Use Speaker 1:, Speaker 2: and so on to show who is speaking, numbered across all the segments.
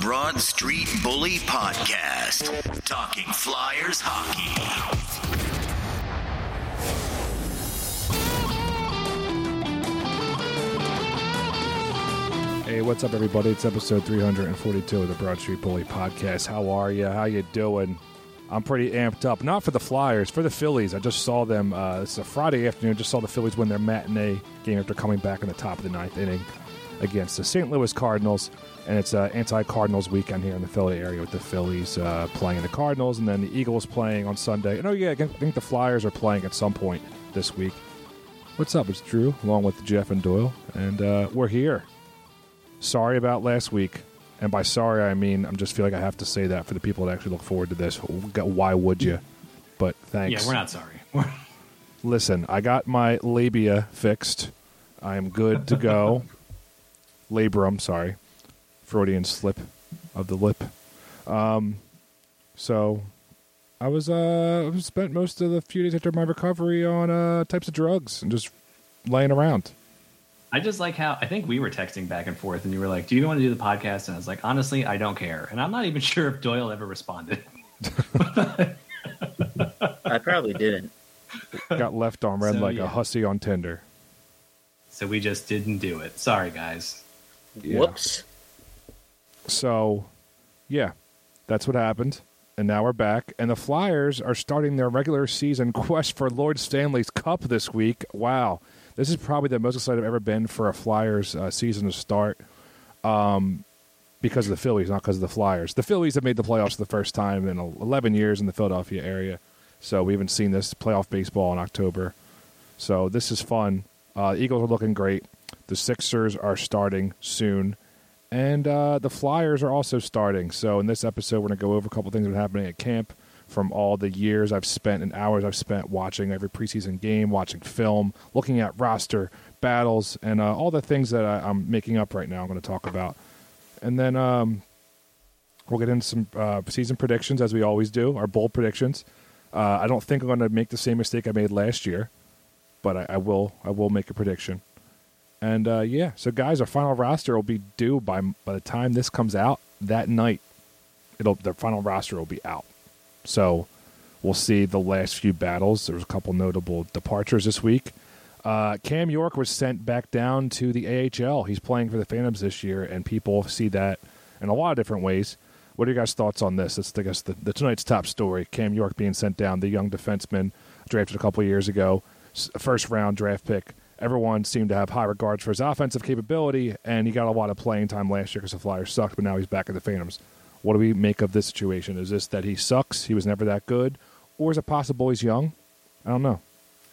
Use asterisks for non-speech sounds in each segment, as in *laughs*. Speaker 1: Broad Street Bully Podcast, talking Flyers hockey.
Speaker 2: Hey, what's up, everybody? It's episode 342 of the Broad Street Bully Podcast. How are you? How you doing? I'm pretty amped up. Not for the Flyers, for the Phillies. I just saw them. Uh, it's a Friday afternoon. Just saw the Phillies win their matinee game after coming back in the top of the ninth inning against the St. Louis Cardinals. And it's uh, anti-Cardinals weekend here in the Philly area with the Phillies uh, playing the Cardinals and then the Eagles playing on Sunday. And oh yeah, I think the Flyers are playing at some point this week. What's up? It's Drew, along with Jeff and Doyle, and uh, we're here sorry about last week. And by sorry, I mean I'm just feel like I have to say that for the people that actually look forward to this. Why would you? But thanks.
Speaker 3: Yeah, we're not sorry. *laughs* We're,
Speaker 2: Listen, I got my labia fixed. I am good to go.
Speaker 3: *laughs*
Speaker 2: Labrum, sorry. Freudian slip of the lip. Um, so I was uh I spent most of the few days after my recovery on uh types of drugs and just laying
Speaker 3: *laughs*
Speaker 2: around.
Speaker 3: I just like how I think we were texting back and forth, and you were like, "Do you want to do the podcast?" And I was like, "Honestly, I don't care." And I'm not even *laughs* sure if Doyle ever responded.
Speaker 4: I probably didn't.
Speaker 2: Got left on red
Speaker 3: So,
Speaker 2: like
Speaker 3: yeah.
Speaker 2: a hussy on Tinder.
Speaker 3: So we just didn't do it. Sorry, guys.
Speaker 2: Yeah.
Speaker 4: Whoops.
Speaker 2: So, yeah, that's what happened. And now we're back. And the Flyers are starting their regular season *laughs* quest for Lord Stanley's Cup this week. Wow. This is probably the most excited I've ever been for a Flyers uh, season to start um, because of the Phillies, not because of the Flyers. The Phillies have made the playoffs the first time in 11 years in the Philadelphia area. So we haven't seen this playoff baseball in October. So this is fun. Uh, Eagles are looking great. The Sixers are starting soon, and uh, the Flyers are also starting. So in this episode, we're gonna go over a couple things that are happening at camp from all the years I've spent and hours I've spent watching every preseason game, watching film, looking at roster battles, and uh, all the things that I, I'm making up right now. I'm gonna talk about, and then um, We'll get into some uh, season predictions as we always do, our bold predictions. Uh, I don't think I'm going to make the same mistake I made last year, but I, I will. I will make a prediction. And uh, yeah, so guys, our final roster will be due by by the time this comes out that night. It'll their final roster will be out. So we'll see the last few battles. There was a couple notable departures this week. Uh, Cam York was sent back down to the AHL. He's playing for the Phantoms this year, and people see that in a lot of different ways. What are your guys' thoughts on this? That's, I guess, the, the tonight's top story. Cam York being sent down, the young defenseman drafted a couple of years ago, s- first round draft pick. Everyone seemed to have high regards for his offensive capability, and he got a lot of playing time last year because the Flyers sucked, but now he's back at the Phantoms. What do we make of this situation? Is this that he sucks? He was never that good? Or is it possible he's young? I don't know.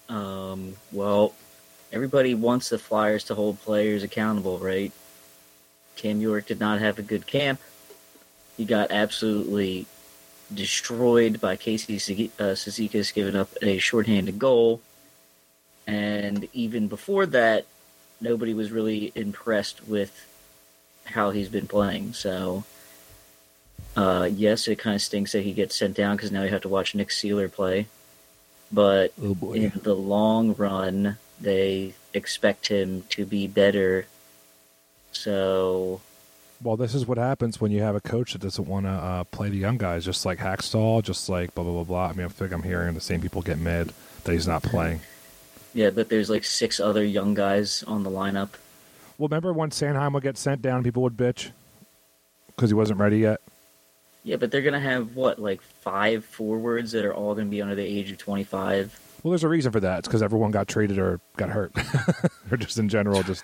Speaker 4: Um, well, everybody wants the Flyers to hold players accountable, right? Cam York did not have a good camp. He got absolutely destroyed by Casey Sigi- uh, Sezikis giving up a shorthanded goal. And even before that, nobody was really impressed with how he's been playing. So, uh, yes, it kind of stinks that he gets sent down because now you have to watch Nick Sealer play. But
Speaker 2: Oh, boy.
Speaker 4: in the long run, they expect him to be better. So,
Speaker 2: Well, this is what happens when you have a coach that doesn't want to uh, play the young guys, just like Hackstall, just like blah, blah, blah, blah. I mean, I feel like I'm hearing the same people get mad that he's not playing.
Speaker 4: yeah, but there's like six other young guys on the lineup.
Speaker 2: Well, remember when Sanheim would get sent down, people would bitch because he wasn't ready yet?
Speaker 4: Yeah, but they're going to have what, like five forwards that are all going to be under the age of 25?
Speaker 2: Well, there's a reason for that. It's because everyone got traded or got hurt, *laughs* or just in general, just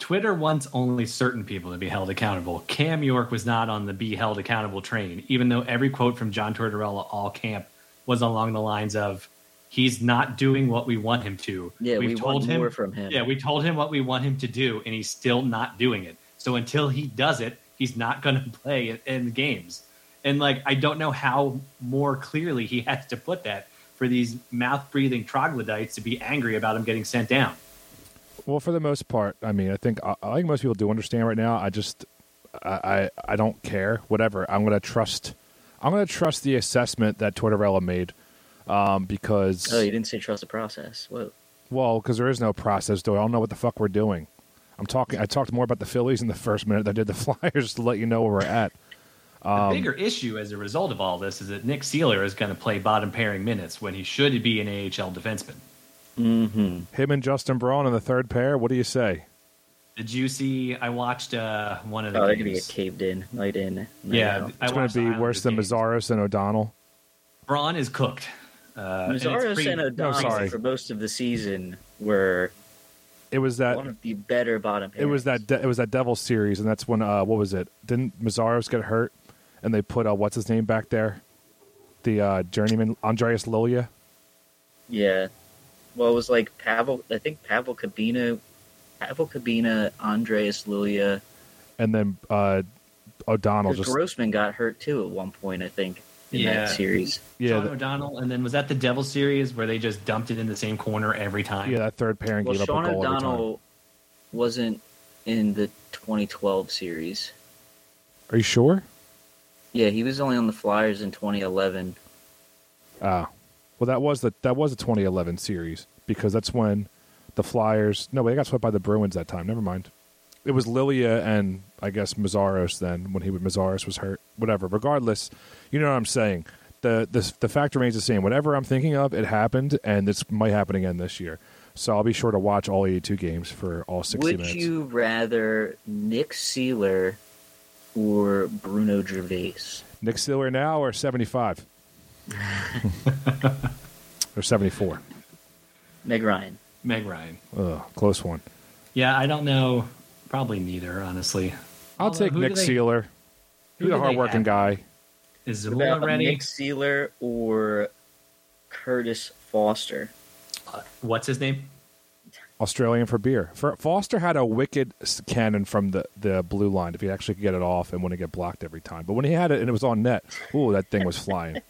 Speaker 3: Twitter wants only certain people to be held accountable. Cam York was not on the be held accountable train, even though every quote from John Tortorella all camp was along the lines of, "He's not doing what we want him to."
Speaker 4: Yeah, we want more from him.
Speaker 3: Yeah, we told him what we want him to do, and he's still not doing it. So until he does it, he's not going to *laughs* play in, in the games. And like, I don't know how more clearly he has to put that for these mouth breathing troglodytes to be angry about him getting sent down.
Speaker 2: Well, for the most part, I mean, I think I, I think most people do understand right now. I just, I, I, I don't care. Whatever. I'm gonna trust. I'm gonna trust the assessment that Tortorella made, um, because
Speaker 4: Oh, you didn't say trust the process. Whoa.
Speaker 2: well, because there is no process. Do I don't know what the fuck *laughs* we're doing. I'm talking. I talked more about the Phillies in the first minute than I did the Flyers to let you know where we're at.
Speaker 3: The
Speaker 2: Um,
Speaker 3: bigger issue as a result of all this is that Nick Sealer is going to play bottom pairing minutes when he should be an AHL defenseman.
Speaker 4: Mm-hmm.
Speaker 2: Him and Justin Braun in the third pair. What do you say?
Speaker 3: Did you see? I watched uh, one of the
Speaker 4: Oh, they're gonna get
Speaker 3: games.
Speaker 4: caved in, night in. night
Speaker 3: yeah, uh,
Speaker 4: out.
Speaker 3: I
Speaker 2: It's going
Speaker 3: watched
Speaker 2: to be
Speaker 3: the Islanders
Speaker 2: worse than
Speaker 3: games.
Speaker 2: Mazzaros and O'Donnell.
Speaker 3: Braun is cooked. Uh, and it's
Speaker 4: Mazzaros
Speaker 3: pretty-
Speaker 4: and O'Donnell
Speaker 2: sorry.
Speaker 4: for most of the season were
Speaker 2: It was
Speaker 4: one
Speaker 2: that.
Speaker 4: of the better bottom.
Speaker 2: Uh, It was
Speaker 4: pairings.
Speaker 2: that. De- it was that Devil series, and that's when. Uh, what was it? Didn't Mazzaros get hurt, and they put uh, what's his name back there, the uh, journeyman Andreas Lolia.
Speaker 4: Yeah. Well, it was like Pavel. I think Pavel Kabina, Pavel Kabina, Andreas Lulia,
Speaker 2: and then uh, O'Donnell
Speaker 4: because
Speaker 2: just
Speaker 4: Grossman got hurt too at one point. I think in
Speaker 3: Yeah.
Speaker 4: that series.
Speaker 2: yeah
Speaker 3: Sean
Speaker 2: th-
Speaker 3: O'Donnell, and then was that the Devil series where they just dumped it in the same corner every time?
Speaker 2: yeah that third pairing
Speaker 4: Well,
Speaker 2: gave
Speaker 4: Sean
Speaker 2: up a goal every time.
Speaker 4: O'Donnell wasn't in the 2012 series.
Speaker 2: Are you sure?
Speaker 4: Yeah, he was only on the Flyers in 2011.
Speaker 2: Ah, well that was the that was the 2011 series because that's when the Flyers no they got swept by the Bruins that time. Never mind. It was Lilia and I guess Mazzaros then when he Mazzaros was hurt. Whatever. Regardless, you know what I'm saying. The, the the fact remains the same. Whatever I'm thinking of, it happened, and this might happen again this year. So I'll be sure to watch all 82 games for all 60
Speaker 4: Would
Speaker 2: minutes.
Speaker 4: you rather Nick Seeler or Bruno Gervais?
Speaker 2: Nick Sealer now or
Speaker 3: *laughs*
Speaker 2: 75? or 74.
Speaker 4: Meg Ryan.
Speaker 3: Meg Ryan.
Speaker 2: Ugh, close one.
Speaker 3: Yeah, I don't know. Probably neither, honestly.
Speaker 2: I'll
Speaker 3: Although,
Speaker 2: take
Speaker 3: who
Speaker 2: Nick
Speaker 3: do they-
Speaker 2: Sealer.
Speaker 3: who
Speaker 2: He's a
Speaker 3: do they
Speaker 2: hardworking
Speaker 3: have?
Speaker 2: guy.
Speaker 3: Is
Speaker 4: What about
Speaker 3: Zamora ready?
Speaker 4: Nick Seeler or Curtis Foster?
Speaker 3: Uh, what's his name?
Speaker 2: Australian for beer. For, Foster had a wicked s- cannon from the, the blue line if he actually could get it off and wouldn't get blocked every time. But when he had it and it was on net, ooh, that thing was flying.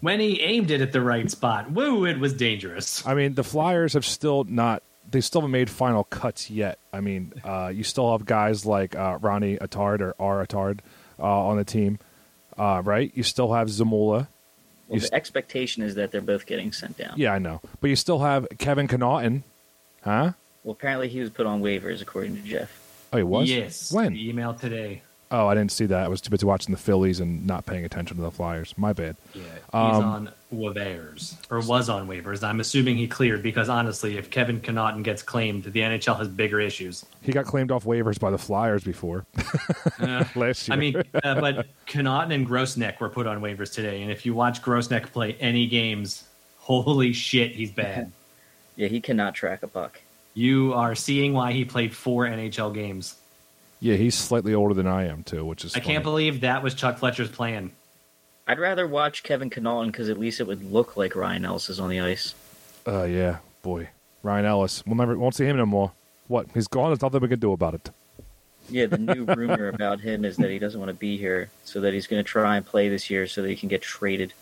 Speaker 3: When he aimed it at the right spot, woo, it was dangerous.
Speaker 2: I mean, the Flyers have still not. They still haven't made final cuts yet. I mean, uh, you still have guys like uh, Ronnie Attard or R. Attard uh, on the team, uh, right? You still have Zamula.
Speaker 4: Well,
Speaker 2: You
Speaker 4: the
Speaker 2: st-
Speaker 4: expectation is that they're both getting sent down.
Speaker 2: Yeah, I know. But you still have Kevin Connaughton, huh?
Speaker 4: Well, apparently he was put on waivers, according to Jeff.
Speaker 2: Oh, he was?
Speaker 3: Yes.
Speaker 2: When?
Speaker 3: The email today.
Speaker 2: Oh, I didn't see that. I was too busy watching the Phillies and not paying attention to the Flyers. My bad.
Speaker 3: Yeah, he's
Speaker 2: Um,
Speaker 3: on waivers or was on waivers. I'm assuming he cleared because honestly, if Kevin Connaughton gets claimed, the NHL has bigger issues.
Speaker 2: He got claimed off waivers by the Flyers before
Speaker 3: *laughs* Uh,
Speaker 2: *laughs* last year.
Speaker 3: I mean, uh, but Connaughton and Grossneck were put on waivers today, and if you watch Grossneck play any games, holy shit, he's
Speaker 2: *laughs*
Speaker 3: bad.
Speaker 4: Yeah, he cannot track a puck.
Speaker 3: you are seeing why he played four NHL games.
Speaker 2: yeah, he's slightly older than I am too, which is.
Speaker 3: I
Speaker 2: funny.
Speaker 3: can't believe that was Chuck Fletcher's plan.
Speaker 4: I'd rather watch Kevin Connaughton because at least it would look like Ryan Ellis is on the ice.
Speaker 2: Uh, yeah, boy, Ryan Ellis. We'll never won't see him no more. What? He's gone. There's nothing we can do about it.
Speaker 4: Yeah, the new rumor about him is that he doesn't want to be here, so that he's going to try and play this year so that he can get traded.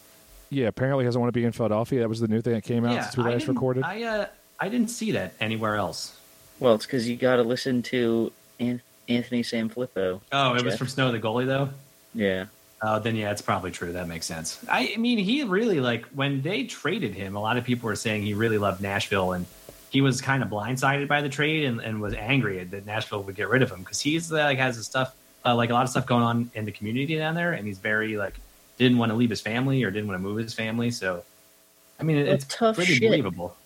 Speaker 2: Yeah, apparently he doesn't want to be in Philadelphia. That was the new thing that came out since we
Speaker 3: I
Speaker 2: last
Speaker 3: didn't-
Speaker 2: recorded.
Speaker 3: I uh, I didn't see that anywhere else.
Speaker 4: Well, it's because you got to listen to An- Anthony Sanfilippo.
Speaker 3: Oh, it was
Speaker 4: Jeff.
Speaker 3: from Snow the goalie though.
Speaker 4: Yeah,
Speaker 3: Uh, then yeah, it's probably true. That makes sense. I, I mean, he really like when they traded him. A lot of people were saying he really loved Nashville, and he was kind of blindsided by the trade and, and was angry that Nashville would get rid of him because he's like has his stuff uh, like a lot of stuff going on in the community down there, and he's very like didn't want to leave his family or didn't want to move his family. So, I mean,
Speaker 4: That's
Speaker 3: it's
Speaker 4: tough
Speaker 3: pretty
Speaker 4: shit.
Speaker 3: believable.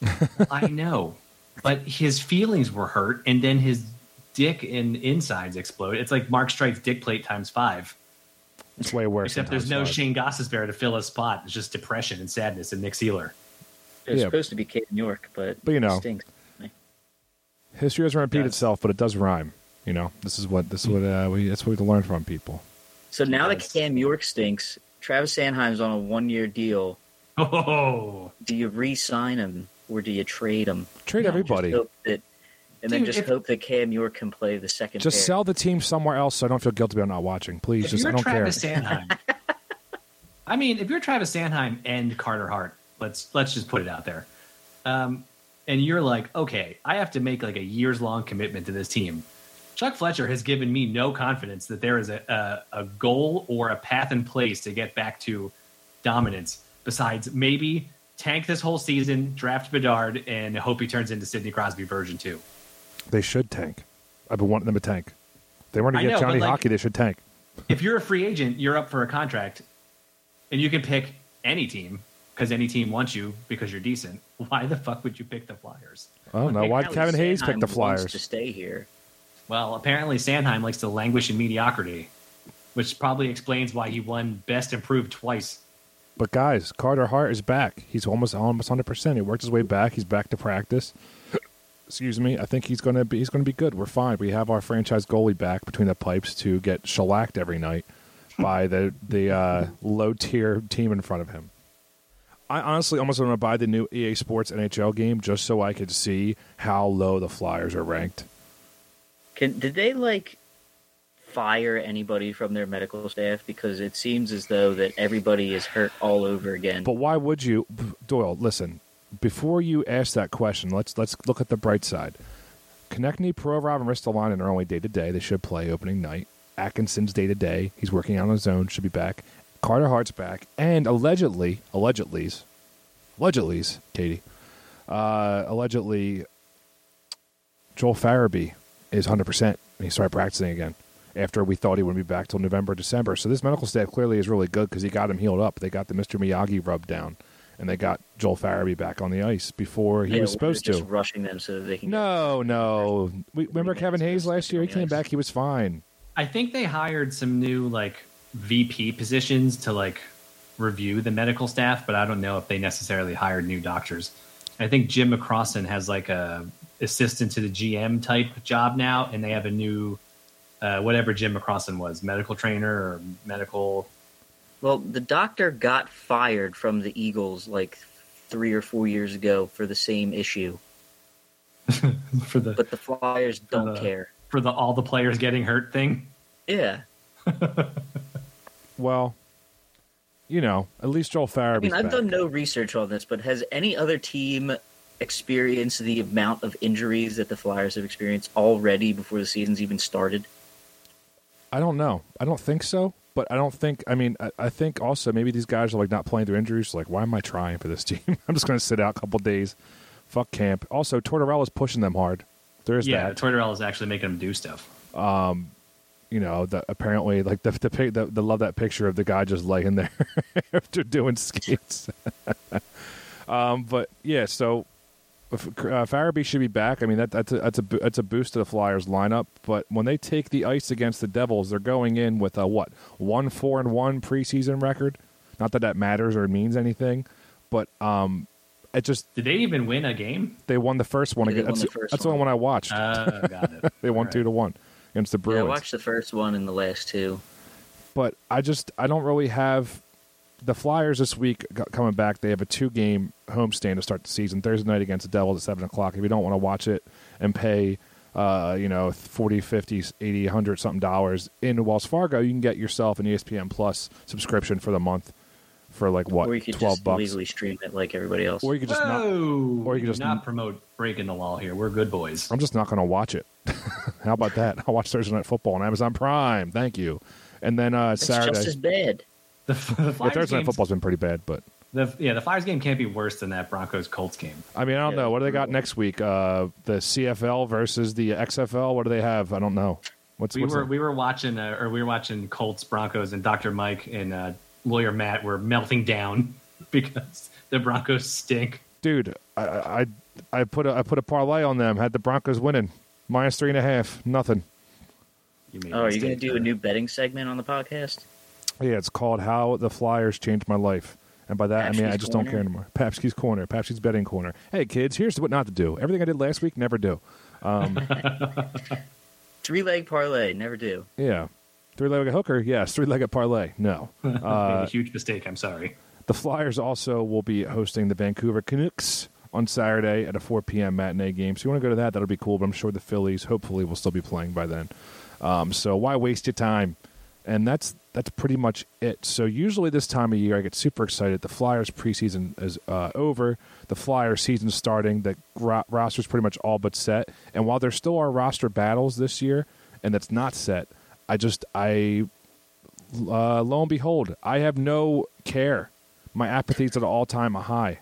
Speaker 4: *laughs*
Speaker 3: I know, but his feelings were hurt, and then his dick and insides explode. It's like Mark Strike's dick plate times five.
Speaker 2: it's way worse.
Speaker 3: Except
Speaker 2: than
Speaker 3: there's no
Speaker 2: Hotspot.
Speaker 3: Shane Goss's there to fill a spot. It's just depression and sadness and Nick Sealer.
Speaker 4: it was
Speaker 2: Yeah.
Speaker 4: supposed to be Caden York, but
Speaker 2: But, you know.
Speaker 4: it stinks.
Speaker 2: History doesn't repeat
Speaker 3: Yes.
Speaker 2: itself, but it does rhyme. You know, this is what this is what uh, we that's what we have to learn from people.
Speaker 4: So now that
Speaker 3: Yes.
Speaker 4: Cam York stinks, Travis Sanheim's on a one-year deal.
Speaker 3: Oh,
Speaker 4: Do you re-sign him or do you trade him?
Speaker 2: Trade
Speaker 4: No,
Speaker 2: everybody.
Speaker 4: Just hope that, and then
Speaker 3: Dude,
Speaker 4: just
Speaker 3: if-
Speaker 4: hope that Cam York can play the second.
Speaker 2: Just
Speaker 4: pair.
Speaker 2: sell the team somewhere else, so I don't feel guilty about not watching. Please,
Speaker 3: if
Speaker 2: just I
Speaker 3: you're
Speaker 2: don't
Speaker 3: Travis
Speaker 2: care.
Speaker 3: Sandheim, *laughs* I mean, if you're Travis Sandheim and Carter Hart, let's let's just put it out there. Um, and you're like, okay, I have to make like a years long commitment to this team. Chuck Fletcher has given me no confidence that there is a, a, a goal or a path in place to get back to dominance. Besides, maybe tank this whole season, draft Bedard, and hope he turns into Sidney Crosby version two.
Speaker 2: They should tank. I've been wanting them to tank. They weren't
Speaker 3: I
Speaker 2: to get
Speaker 3: know,
Speaker 2: Johnny
Speaker 3: but, like-
Speaker 2: Hockey. They should tank.
Speaker 3: if you're a free agent, you're up for a contract, and you can pick any team because any team wants you because you're decent. *laughs* Why the fuck would you pick the Flyers?
Speaker 2: I don't know
Speaker 4: Like,
Speaker 2: why
Speaker 4: Alex
Speaker 2: Kevin Hayes
Speaker 4: Sanheim
Speaker 2: picked the
Speaker 4: wants to
Speaker 2: Flyers.
Speaker 4: stay here.
Speaker 3: Well, apparently Sandheim likes to languish in mediocrity, which probably explains why he won Best Improved twice.
Speaker 2: But guys, Carter Hart is back. He's almost almost hundred percent. He worked his way back. He's back to practice. Excuse me. I think he's gonna be he's gonna be good. We're fine. We have our franchise goalie back between the pipes to get shellacked every night by the the uh, low tier team in front of him. I honestly almost want to buy the new EA Sports NHL game just so I could see how low the Flyers are ranked.
Speaker 4: Can did they like fire anybody from their medical staff because it seems as though that everybody is hurt all over again.
Speaker 2: But why would you, Doyle? Listen, before you ask that question, let's let's look at the bright side. Konechny, Provorov, and Ristolainen are only day to day. They should play opening night. Atkinson's day to day. He's working out on his own. Should be back. Carter Hart's back, and allegedly, allegedly's, allegedly's, Katie, uh, allegedly, Joel Farabee is 100 percent, and he started practicing again after we thought he wouldn't be back till November, December. So this medical staff clearly is really good because he got him healed up. They got the Mr. Miyagi rub down, and they got Joel Farabee back on the ice before he
Speaker 4: They
Speaker 2: was
Speaker 4: were
Speaker 2: supposed
Speaker 4: just
Speaker 2: to.
Speaker 4: rushing them so that they can.
Speaker 2: No, no. We, remember
Speaker 4: minutes
Speaker 2: Kevin Hayes
Speaker 4: missed
Speaker 2: last year? He
Speaker 4: on the
Speaker 2: came
Speaker 4: ice.
Speaker 2: back. He was fine.
Speaker 3: I think they hired some new like VP positions to like review the medical staff, but I don't know if they necessarily hired new doctors. I think Jim McCrossin has like a assistant to the GM type job now, and they have a new uh, whatever Jim McCrossin was, medical trainer or medical.
Speaker 2: *laughs*
Speaker 4: Well, the doctor got fired from the Eagles like three or four years ago for the same issue,
Speaker 3: for the
Speaker 4: but the Flyers don't
Speaker 3: Uh.
Speaker 4: care.
Speaker 3: for the all the players getting hurt thing.
Speaker 4: Yeah,
Speaker 2: Well, you know, at least Joel Farabee.
Speaker 4: I mean, I've done no research on this, but has any other team experienced the amount of injuries that the Flyers have experienced already before the season's even started?
Speaker 2: I don't know. I don't think so. But I don't think. I mean, I, I think also maybe these guys are like not playing through injuries. Like, why am I trying for this *laughs* team? I'm just going to sit out a couple days. Fuck camp. Also, Tortorella's pushing them hard. There is
Speaker 3: yeah,
Speaker 2: that.
Speaker 3: Tortorella is actually making them do stuff.
Speaker 2: you know, the, apparently, like the the, pic- the the love that picture of the guy just laying there *laughs* after doing skates. *laughs* um, but yeah, so if, uh, Farabee should be back. I mean, that that's a, that's a bo- that's a boost to the Flyers lineup. But when they take the ice against the Devils, they're going in with a what one four and one preseason record. Not that that matters or means anything, but um, it just
Speaker 3: Did they even win a game?
Speaker 2: they won the first one.
Speaker 4: Yeah, they
Speaker 2: again.
Speaker 4: won
Speaker 2: That's,
Speaker 4: the
Speaker 2: the-
Speaker 4: first
Speaker 2: that's the only
Speaker 4: one.
Speaker 2: one I watched.
Speaker 3: Uh, got it.
Speaker 2: *laughs* they won
Speaker 3: All
Speaker 2: two
Speaker 3: right.
Speaker 2: to one against the
Speaker 4: Yeah, I
Speaker 2: Bruins.
Speaker 4: watched the first one and the last two.
Speaker 2: but I just I don't really have the Flyers this week c- coming back. They have a two game homestand to start the season Thursday night against the Devils at seven o'clock. If you don't want to watch it and pay, uh, you know, 40, 50, 80, 100 something dollars in Wells Fargo, you can get yourself an E ESPN Plus subscription for the month for like what
Speaker 4: or you could
Speaker 2: twelve
Speaker 4: just
Speaker 2: bucks,
Speaker 4: legally stream it like everybody else.
Speaker 2: or you could just not.
Speaker 3: Whoa!
Speaker 2: or you could
Speaker 3: Do
Speaker 2: just-
Speaker 3: not promote breaking the law here. We're good boys.
Speaker 2: I'm just not going to watch it. *laughs* How about that? I'll watch Thursday Night Football on Amazon Prime. Thank you. And then uh,
Speaker 4: it's
Speaker 2: Saturday,
Speaker 4: just as bad.
Speaker 3: *laughs* The, f- the
Speaker 2: yeah,
Speaker 3: Flyers
Speaker 2: Thursday Night
Speaker 3: game's-
Speaker 2: Football's been pretty bad, but
Speaker 3: The, yeah, the Flyers game can't be worse than that Broncos Colts game.
Speaker 2: I mean, I don't
Speaker 4: Yeah,
Speaker 2: know. What do they got
Speaker 4: brutal.
Speaker 2: next week? Uh, the CFL versus the XFL. What do they have? I don't know. What's,
Speaker 3: We
Speaker 2: what's
Speaker 3: were
Speaker 2: that?
Speaker 3: we were watching uh, or we were watching Colts Broncos and Dr. Mike and uh, lawyer Matt were melting down *laughs* because the Broncos stink.
Speaker 2: dude? I, I I put a I put a parlay on them. Had the Broncos winning minus three and a half. Nothing.
Speaker 3: You made
Speaker 4: Oh, are you
Speaker 3: mistake
Speaker 4: going to do
Speaker 3: there.
Speaker 4: a new betting segment on the podcast?
Speaker 2: Yeah, it's called How the Flyers Changed My Life. And by that, I mean, I
Speaker 4: Papsky's
Speaker 2: just don't
Speaker 4: Corner.
Speaker 2: care anymore. Papsky's Corner, Papsky's Betting Corner. Hey, kids, here's what not to do. Everything I did last week, never do.
Speaker 4: Three leg parlay, never do.
Speaker 2: Yeah. Three legged hooker, yes. Three legged parlay,
Speaker 4: *laughs*
Speaker 2: no.
Speaker 3: Made
Speaker 2: Uh,
Speaker 3: a huge mistake. I'm sorry.
Speaker 2: The Flyers also will be hosting the Vancouver Canucks on Saturday at a 4 p.m. matinee game. So you want to go to that? That'll be cool. But I'm sure the Phillies, hopefully, will still be playing by then. Um, so why waste your time? And that's that's pretty much it. So usually this time of year, I get super excited. The Flyers preseason is uh, over. The Flyers season's starting. The ro- roster's pretty much all but set. And while there still are roster battles this year, and that's not set, I just I uh, lo and behold, I have no care. My apathy's at an all time high.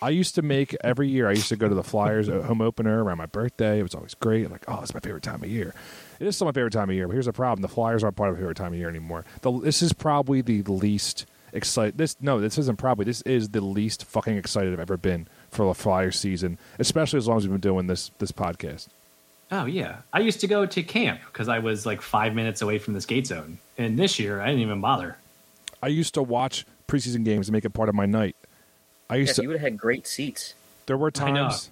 Speaker 2: I used to make every year. I used to go to the Flyers uh, home opener around my birthday. It was always great. Like, oh, it's my favorite time of year. It is still my favorite time of year. But here's the problem: the Flyers aren't part of my favorite time of year anymore. The, this is probably the least excited. This no, this isn't probably. This is the least fucking excited I've ever been for the Flyers season, especially as long as we've been doing this this podcast.
Speaker 3: Oh yeah, I used to go to camp because I was like five minutes away from the skate zone. And this year, I didn't even bother.
Speaker 2: I used to watch preseason games and make it part of my night. I used
Speaker 4: Yeah,
Speaker 2: to.
Speaker 4: you would have had great seats.
Speaker 2: There were
Speaker 3: I know.
Speaker 2: times.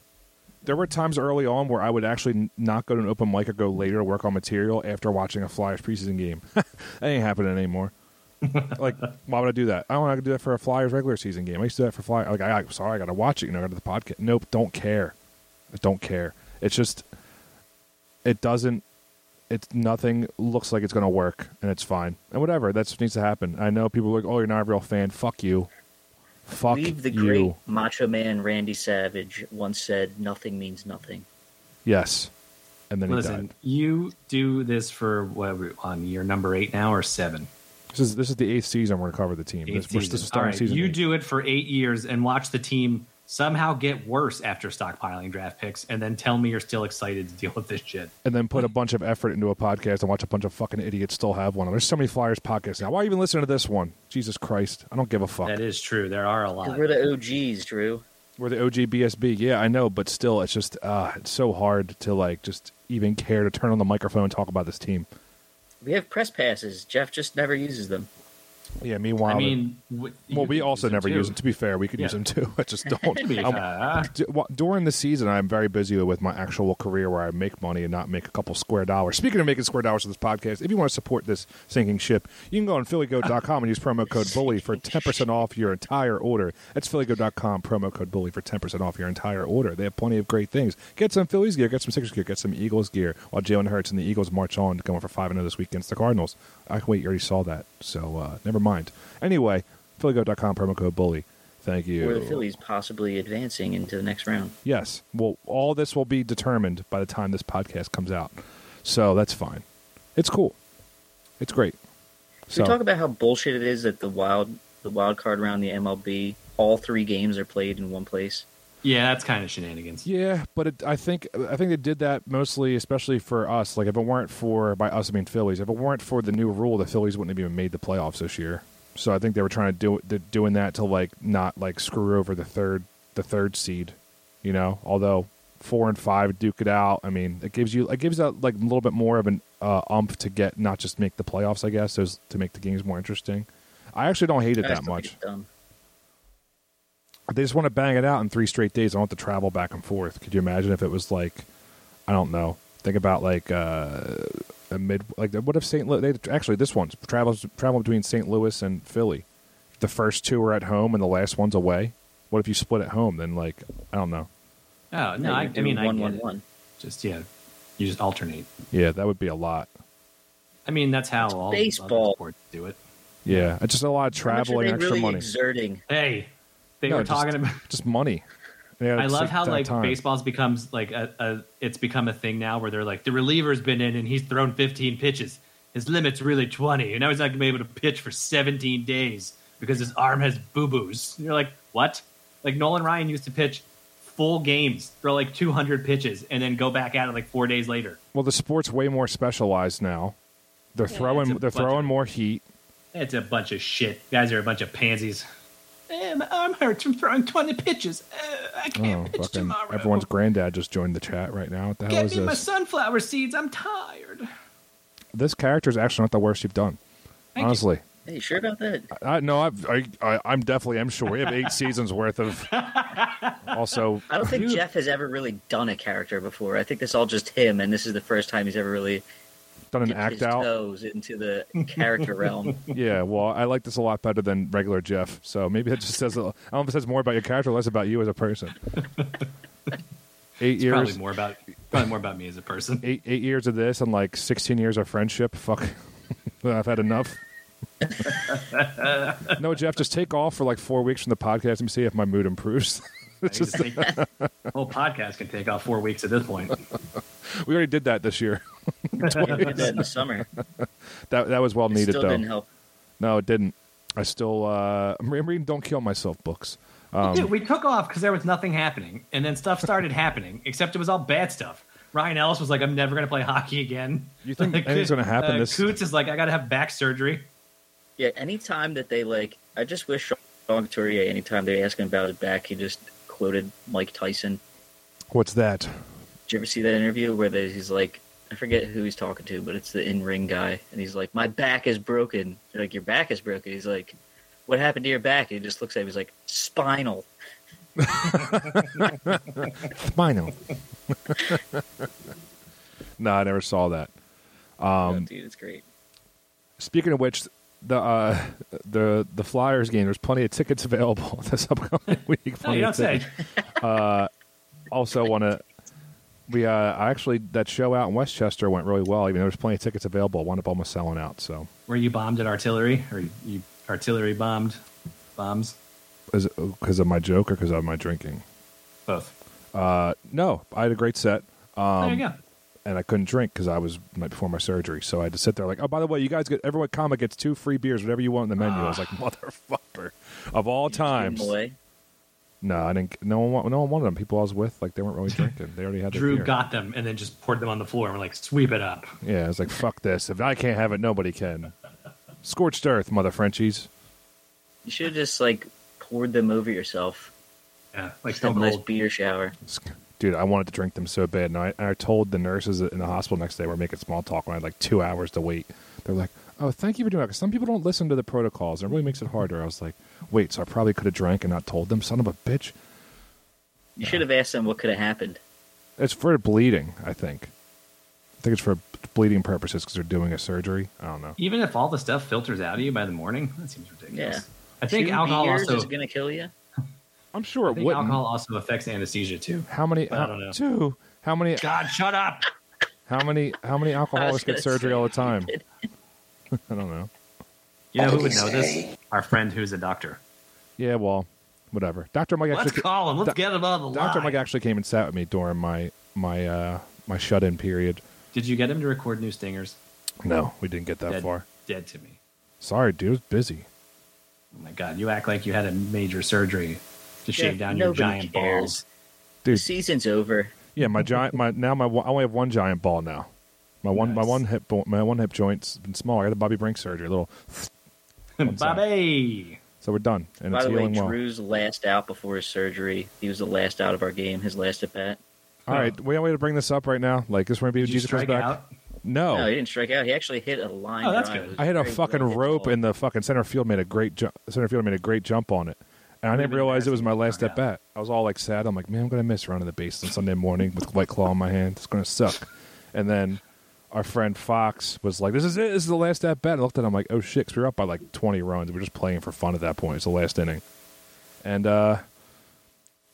Speaker 2: There were times early on where I would actually n- not go to an open mic or go later to work on material after watching a Flyers preseason game. *laughs* that ain't happening anymore. like, why would I do that? I don't want to do that for a Flyers regular season game. I used to do that for Flyers. Like, I, I'm sorry, I got to watch it. You know, I got to the podcast. Nope, don't care. I don't care. It's just, it doesn't. It's nothing. Looks like it's going to work, and it's fine, and whatever. That's what needs to happen. I know people are like, "Oh, you're not a real fan." Fuck you. Fuck
Speaker 4: Leave the
Speaker 2: you.
Speaker 4: great Macho Man Randy Savage once said, "Nothing means nothing."
Speaker 2: Yes. And then he
Speaker 3: Listen,
Speaker 2: died.
Speaker 3: you do this for what are we on year number eight now or seven?
Speaker 2: This is this is the eighth season we're gonna cover the team. This,
Speaker 3: Eight
Speaker 2: we're,
Speaker 3: seasons.
Speaker 2: this is
Speaker 3: All
Speaker 2: starting
Speaker 3: right,
Speaker 2: season.
Speaker 3: you
Speaker 2: eight.
Speaker 3: do it for eight years and watch the team somehow get worse after stockpiling draft picks, and then tell me you're still excited to deal with this shit.
Speaker 2: and then put a bunch of effort into a podcast and watch a bunch of fucking idiots still have one. There's so many Flyers podcasts now. Why even listen to this one? Jesus Christ, I don't give a fuck.
Speaker 3: That is true. There are a lot.
Speaker 4: We're the OGs, Drew.
Speaker 2: We're the OG BSB. Yeah, I know, but still, it's just uh, it's so hard to like just even care to turn on the microphone and talk about this team.
Speaker 4: We have press passes. Jeff just never uses them.
Speaker 2: Yeah, meanwhile,
Speaker 3: I mean, w- you
Speaker 2: well, we
Speaker 3: could
Speaker 2: also never
Speaker 3: too.
Speaker 2: use them. To be fair, we could use
Speaker 3: Yeah.
Speaker 2: them too. *laughs* I just
Speaker 3: *laughs*
Speaker 2: don't.
Speaker 3: Could be,
Speaker 2: I'm-
Speaker 3: uh,
Speaker 2: D- wa- during the season, I'm very busy with my actual career where I make money and not make a couple square dollars. Speaking of making square dollars with this podcast, if you want to support this sinking ship, you can go on phillygoat.com and use promo code bully for 10% off your entire order. That's phillygoat.com, promo code bully for 10% off your entire order. They have plenty of great things. Get some Phillies gear, get some Sixers gear, get some Eagles gear while Jalen Hurts and the Eagles march on to go in for 5 0 this week against the Cardinals. I wait, you already saw that, so uh, never mind. Anyway, phillygoat.com, promo code bully. Thank you.
Speaker 4: Or the Phillies possibly advancing into the next round.
Speaker 2: Yes. Well, all this will be determined by the time this podcast comes out. So that's fine. It's cool. It's great.
Speaker 4: Should
Speaker 2: So
Speaker 4: we talk about how bullshit it is that the wild the wild card round, the MLB, all three games are played in one place?
Speaker 3: yeah, that's kind of shenanigans.
Speaker 2: yeah, but it, I think I think they did that mostly, especially for us. Like, if it weren't for by us, I mean Phillies. If it weren't for the new rule, the Phillies wouldn't have even made the playoffs this year. So I think they were trying to do they're doing that to like not like screw over the third the third seed. You know, although four and five duke it out. I mean, it gives you it gives out like a little bit more of an uh, umph to get not just make the playoffs. I guess those to make the games more interesting. I actually don't hate it
Speaker 4: I
Speaker 2: that
Speaker 4: still think
Speaker 2: much.
Speaker 4: it's dumb.
Speaker 2: They just want to bang it out in three straight days. I want to travel back and forth. Could you imagine if it was like, I don't know. Think about like uh, a mid like what if St. Louis? They, actually, this one's travels travel between St. Louis and Philly. The first two are at home and the last one's away. What if you split at home? Then like I don't know.
Speaker 3: Oh no,
Speaker 4: Yeah,
Speaker 3: I,
Speaker 4: you
Speaker 3: I
Speaker 4: do
Speaker 3: mean, I
Speaker 4: one,
Speaker 3: get
Speaker 4: one,
Speaker 3: it.
Speaker 4: one.
Speaker 3: Just yeah, you just alternate.
Speaker 2: Yeah, that would be a lot.
Speaker 3: I mean, that's how all other
Speaker 4: baseball.
Speaker 3: sports do it.
Speaker 2: Yeah, it's just a lot of
Speaker 4: How much are
Speaker 2: traveling,
Speaker 4: they
Speaker 2: extra
Speaker 4: really
Speaker 2: money,
Speaker 4: Exerting.
Speaker 3: Hey, they
Speaker 2: No,
Speaker 3: were
Speaker 2: just-
Speaker 3: talking about.
Speaker 2: just money. They gotta
Speaker 3: I love
Speaker 2: take
Speaker 3: how
Speaker 2: that
Speaker 3: like
Speaker 2: time.
Speaker 3: baseball's becomes like a, a it's become a thing now where they're like the reliever's been in and he's thrown 15 pitches. His limit's really 20, and now he's not gonna be able to pitch for 17 days because his arm has boo boos. You're like, what? Like Nolan Ryan used to pitch full games, throw like 200 pitches, and then go back at it like four days later.
Speaker 2: Well, the sport's way more specialized now. They're
Speaker 3: it's
Speaker 2: throwing
Speaker 3: a
Speaker 2: they're
Speaker 3: bunch of-
Speaker 2: throwing more heat.
Speaker 3: It's a bunch of shit. Guys are a bunch of pansies. Eh, my arm hurts from throwing 20 pitches. Eh, I
Speaker 2: Oh,
Speaker 3: can't pitch
Speaker 2: fucking
Speaker 3: tomorrow.
Speaker 2: everyone's granddad just joined the chat right now. What the hell
Speaker 3: Get
Speaker 2: is
Speaker 3: me my
Speaker 2: this?
Speaker 3: sunflower seeds. I'm tired.
Speaker 2: This character is actually not the worst you've done.
Speaker 3: Thank you.
Speaker 2: honestly,
Speaker 4: Hey, you sure about that?
Speaker 2: I no, I've, I, I I'm definitely am sure we have eight *laughs* seasons worth
Speaker 3: *laughs*
Speaker 2: of. Also,
Speaker 4: I don't think
Speaker 3: Dude.
Speaker 4: Jeff has ever really done a character before. I think this is all just him, and this is the first time he's ever really
Speaker 2: done an
Speaker 4: dipped
Speaker 2: act
Speaker 4: his
Speaker 2: out.
Speaker 4: toes into the
Speaker 2: *laughs*
Speaker 4: character realm.
Speaker 2: Yeah, well, I like this a lot better than regular Jeff. So maybe that just says a, I don't know if it says more about your character, less about you as a person. Eight
Speaker 3: It's probably
Speaker 2: years,
Speaker 3: more about probably more about me as
Speaker 2: *laughs*
Speaker 3: a person.
Speaker 2: eight eight years of this, and like sixteen years of friendship. Fuck, *laughs* I've had
Speaker 3: *laughs*
Speaker 2: enough. no, Jeff, just take off for like four weeks from the podcast and see if my mood improves. *laughs*
Speaker 3: I need to take- whole podcast can take off four weeks at this point.
Speaker 2: We already did that this year.
Speaker 4: We did that in the summer.
Speaker 2: That that was well
Speaker 4: It
Speaker 2: needed
Speaker 4: still
Speaker 2: though.
Speaker 4: didn't help.
Speaker 2: No, it didn't. I still uh, I'm re- I'm reading "Don't Kill Myself" books.
Speaker 3: Dude, we took off because there was nothing happening, and then stuff started happening. Except it was all bad stuff. Ryan Ellis was like, "I'm never going to play hockey again."
Speaker 2: You think anything's gonna happen
Speaker 3: Uh,
Speaker 2: this-
Speaker 3: Coots is like, "I got to have back surgery."
Speaker 4: Yeah, anytime that they like, I just wish Sean Couturier. Anytime they ask him about his back, he just quoted Mike Tyson.
Speaker 2: What's that?
Speaker 4: Did you ever see that interview where they, he's like, I forget who he's talking to, but it's the in-ring guy, and he's like, "My back is broken." They're like, "Your back is broken." He's like, "What happened to your back?" And he just looks at him. He's like, "Spinal."
Speaker 2: Mino. *laughs* no, I never saw that.
Speaker 3: Oh,
Speaker 4: Um, dude, it's great.
Speaker 2: Speaking of which, the uh, the the Flyers game. There's plenty of tickets available *laughs* this upcoming week.
Speaker 3: No,
Speaker 2: Plenty
Speaker 3: you
Speaker 2: of
Speaker 3: don't say. *laughs*
Speaker 2: tickets. Also, want to we uh, I actually that show out in Westchester went really well. Even though there's plenty of tickets available, wound up almost selling out. So
Speaker 3: Were you bombed at artillery, or you, you artillery bombed? Bombs,
Speaker 2: is it because of my joke or because of my drinking?
Speaker 3: both.
Speaker 2: Uh, no, I had a great set.
Speaker 3: there you go.
Speaker 2: and Um, I couldn't drink because I was night before my surgery. So I had to sit there like, oh, by the way, you guys get everyone comic gets two free beers, whatever you want in the menu. I was like,
Speaker 3: Ah.
Speaker 2: motherfucker, of all times.
Speaker 4: Away.
Speaker 2: No, I didn't. No one, wa- no one wanted them. People I was with, like, they weren't
Speaker 3: *laughs*
Speaker 2: really drinking. They already had their
Speaker 3: Drew
Speaker 2: beer.
Speaker 3: got them and then just poured them on the floor and we're like, "Sweep it up."
Speaker 2: yeah, I was like, fuck this. If I can't have it, nobody can. Scorched earth, mother Frenchies.
Speaker 4: You should have just like poured them over yourself.
Speaker 3: Yeah, like
Speaker 4: Just have
Speaker 3: Stone
Speaker 4: a nice
Speaker 3: Cold.
Speaker 4: beer shower.
Speaker 2: Sc- Dude, I wanted to drink them so bad. And I, and I told the nurses in the hospital next day we're making small talk when I had like two hours to wait. They're like, oh, thank you for doing that. 'cause some people don't listen to the protocols. It really makes it harder. I was like, wait, so I probably could have drank and not told them, son of a bitch.
Speaker 4: You should have asked them what could have happened.
Speaker 2: It's for bleeding, I think. I think it's for bleeding purposes because they're doing a surgery. I don't know.
Speaker 3: Even if all the stuff filters out of you by the morning, that seems ridiculous.
Speaker 4: Yeah.
Speaker 3: I think
Speaker 4: Two
Speaker 3: alcohol
Speaker 4: beers
Speaker 3: also.
Speaker 4: is going to kill you.
Speaker 2: I'm sure
Speaker 3: I
Speaker 2: it
Speaker 3: think
Speaker 2: wouldn't.
Speaker 3: alcohol also affects anesthesia too.
Speaker 2: How many?
Speaker 3: I don't know.
Speaker 2: Two. How many?
Speaker 3: God, shut up.
Speaker 2: How many? How
Speaker 3: *laughs*
Speaker 2: many alcoholics
Speaker 4: gonna
Speaker 2: get surgery
Speaker 4: say-
Speaker 2: all the time? *laughs* I don't know.
Speaker 3: You know who would know this? Our friend who's a doctor.
Speaker 2: Yeah, well, whatever. Doctor Mike
Speaker 3: Let's
Speaker 2: actually.
Speaker 3: call him. Let's
Speaker 2: Do-
Speaker 3: get him out of the
Speaker 2: Doctor
Speaker 3: line.
Speaker 2: Mike actually came and sat with me during my my uh my shut in period.
Speaker 3: Did you get him to record new stingers?
Speaker 2: No, we didn't get that
Speaker 3: dead,
Speaker 2: far.
Speaker 3: Dead to me.
Speaker 2: Sorry, dude, it was busy.
Speaker 3: Oh my God, you act like you had a major surgery to shave down your
Speaker 4: nobody
Speaker 3: giant
Speaker 4: cares.
Speaker 3: balls.
Speaker 4: The
Speaker 2: Dude,
Speaker 4: season's over.
Speaker 2: yeah, my giant my now my one- I only have one giant ball now. My one my
Speaker 3: Nice.
Speaker 2: one hip bo- my one hip joint's been small. I got a Bobby Brink surgery, a little. One side.
Speaker 3: *laughs* Bobby.
Speaker 2: So we're done, and
Speaker 4: By
Speaker 2: it's
Speaker 4: the way,
Speaker 2: healing well.
Speaker 4: Drew's last out before his surgery. He was the last out of our game. His last at bat.
Speaker 2: All right, we don't way to bring this up right now. Like this, we're gonna be
Speaker 3: Did you
Speaker 2: Jesus comes
Speaker 3: strike
Speaker 2: back.
Speaker 3: out?
Speaker 2: No,
Speaker 4: No, he didn't strike out. He actually hit a line
Speaker 3: Oh, that's
Speaker 4: drive.
Speaker 3: good.
Speaker 4: It was
Speaker 2: I hit a
Speaker 4: very
Speaker 2: fucking
Speaker 4: well hit
Speaker 2: rope
Speaker 4: ball.
Speaker 2: in the fucking center field. Made a great jump. Center field made a great jump on it, and I
Speaker 3: Would've
Speaker 2: didn't
Speaker 3: been
Speaker 2: realize it was my last
Speaker 3: embarrassing
Speaker 2: at
Speaker 3: if you
Speaker 2: bat. I was all like sad. I'm like, man, I'm gonna miss running the base on Sunday morning with white claw in my hand. It's gonna suck. And then our friend Fox was like, "This is it. This is the last at bat." I looked at him like, "Oh shit!" 'cause we were up by like 20 runs. We are just playing for fun at that point. It's the last inning, and uh,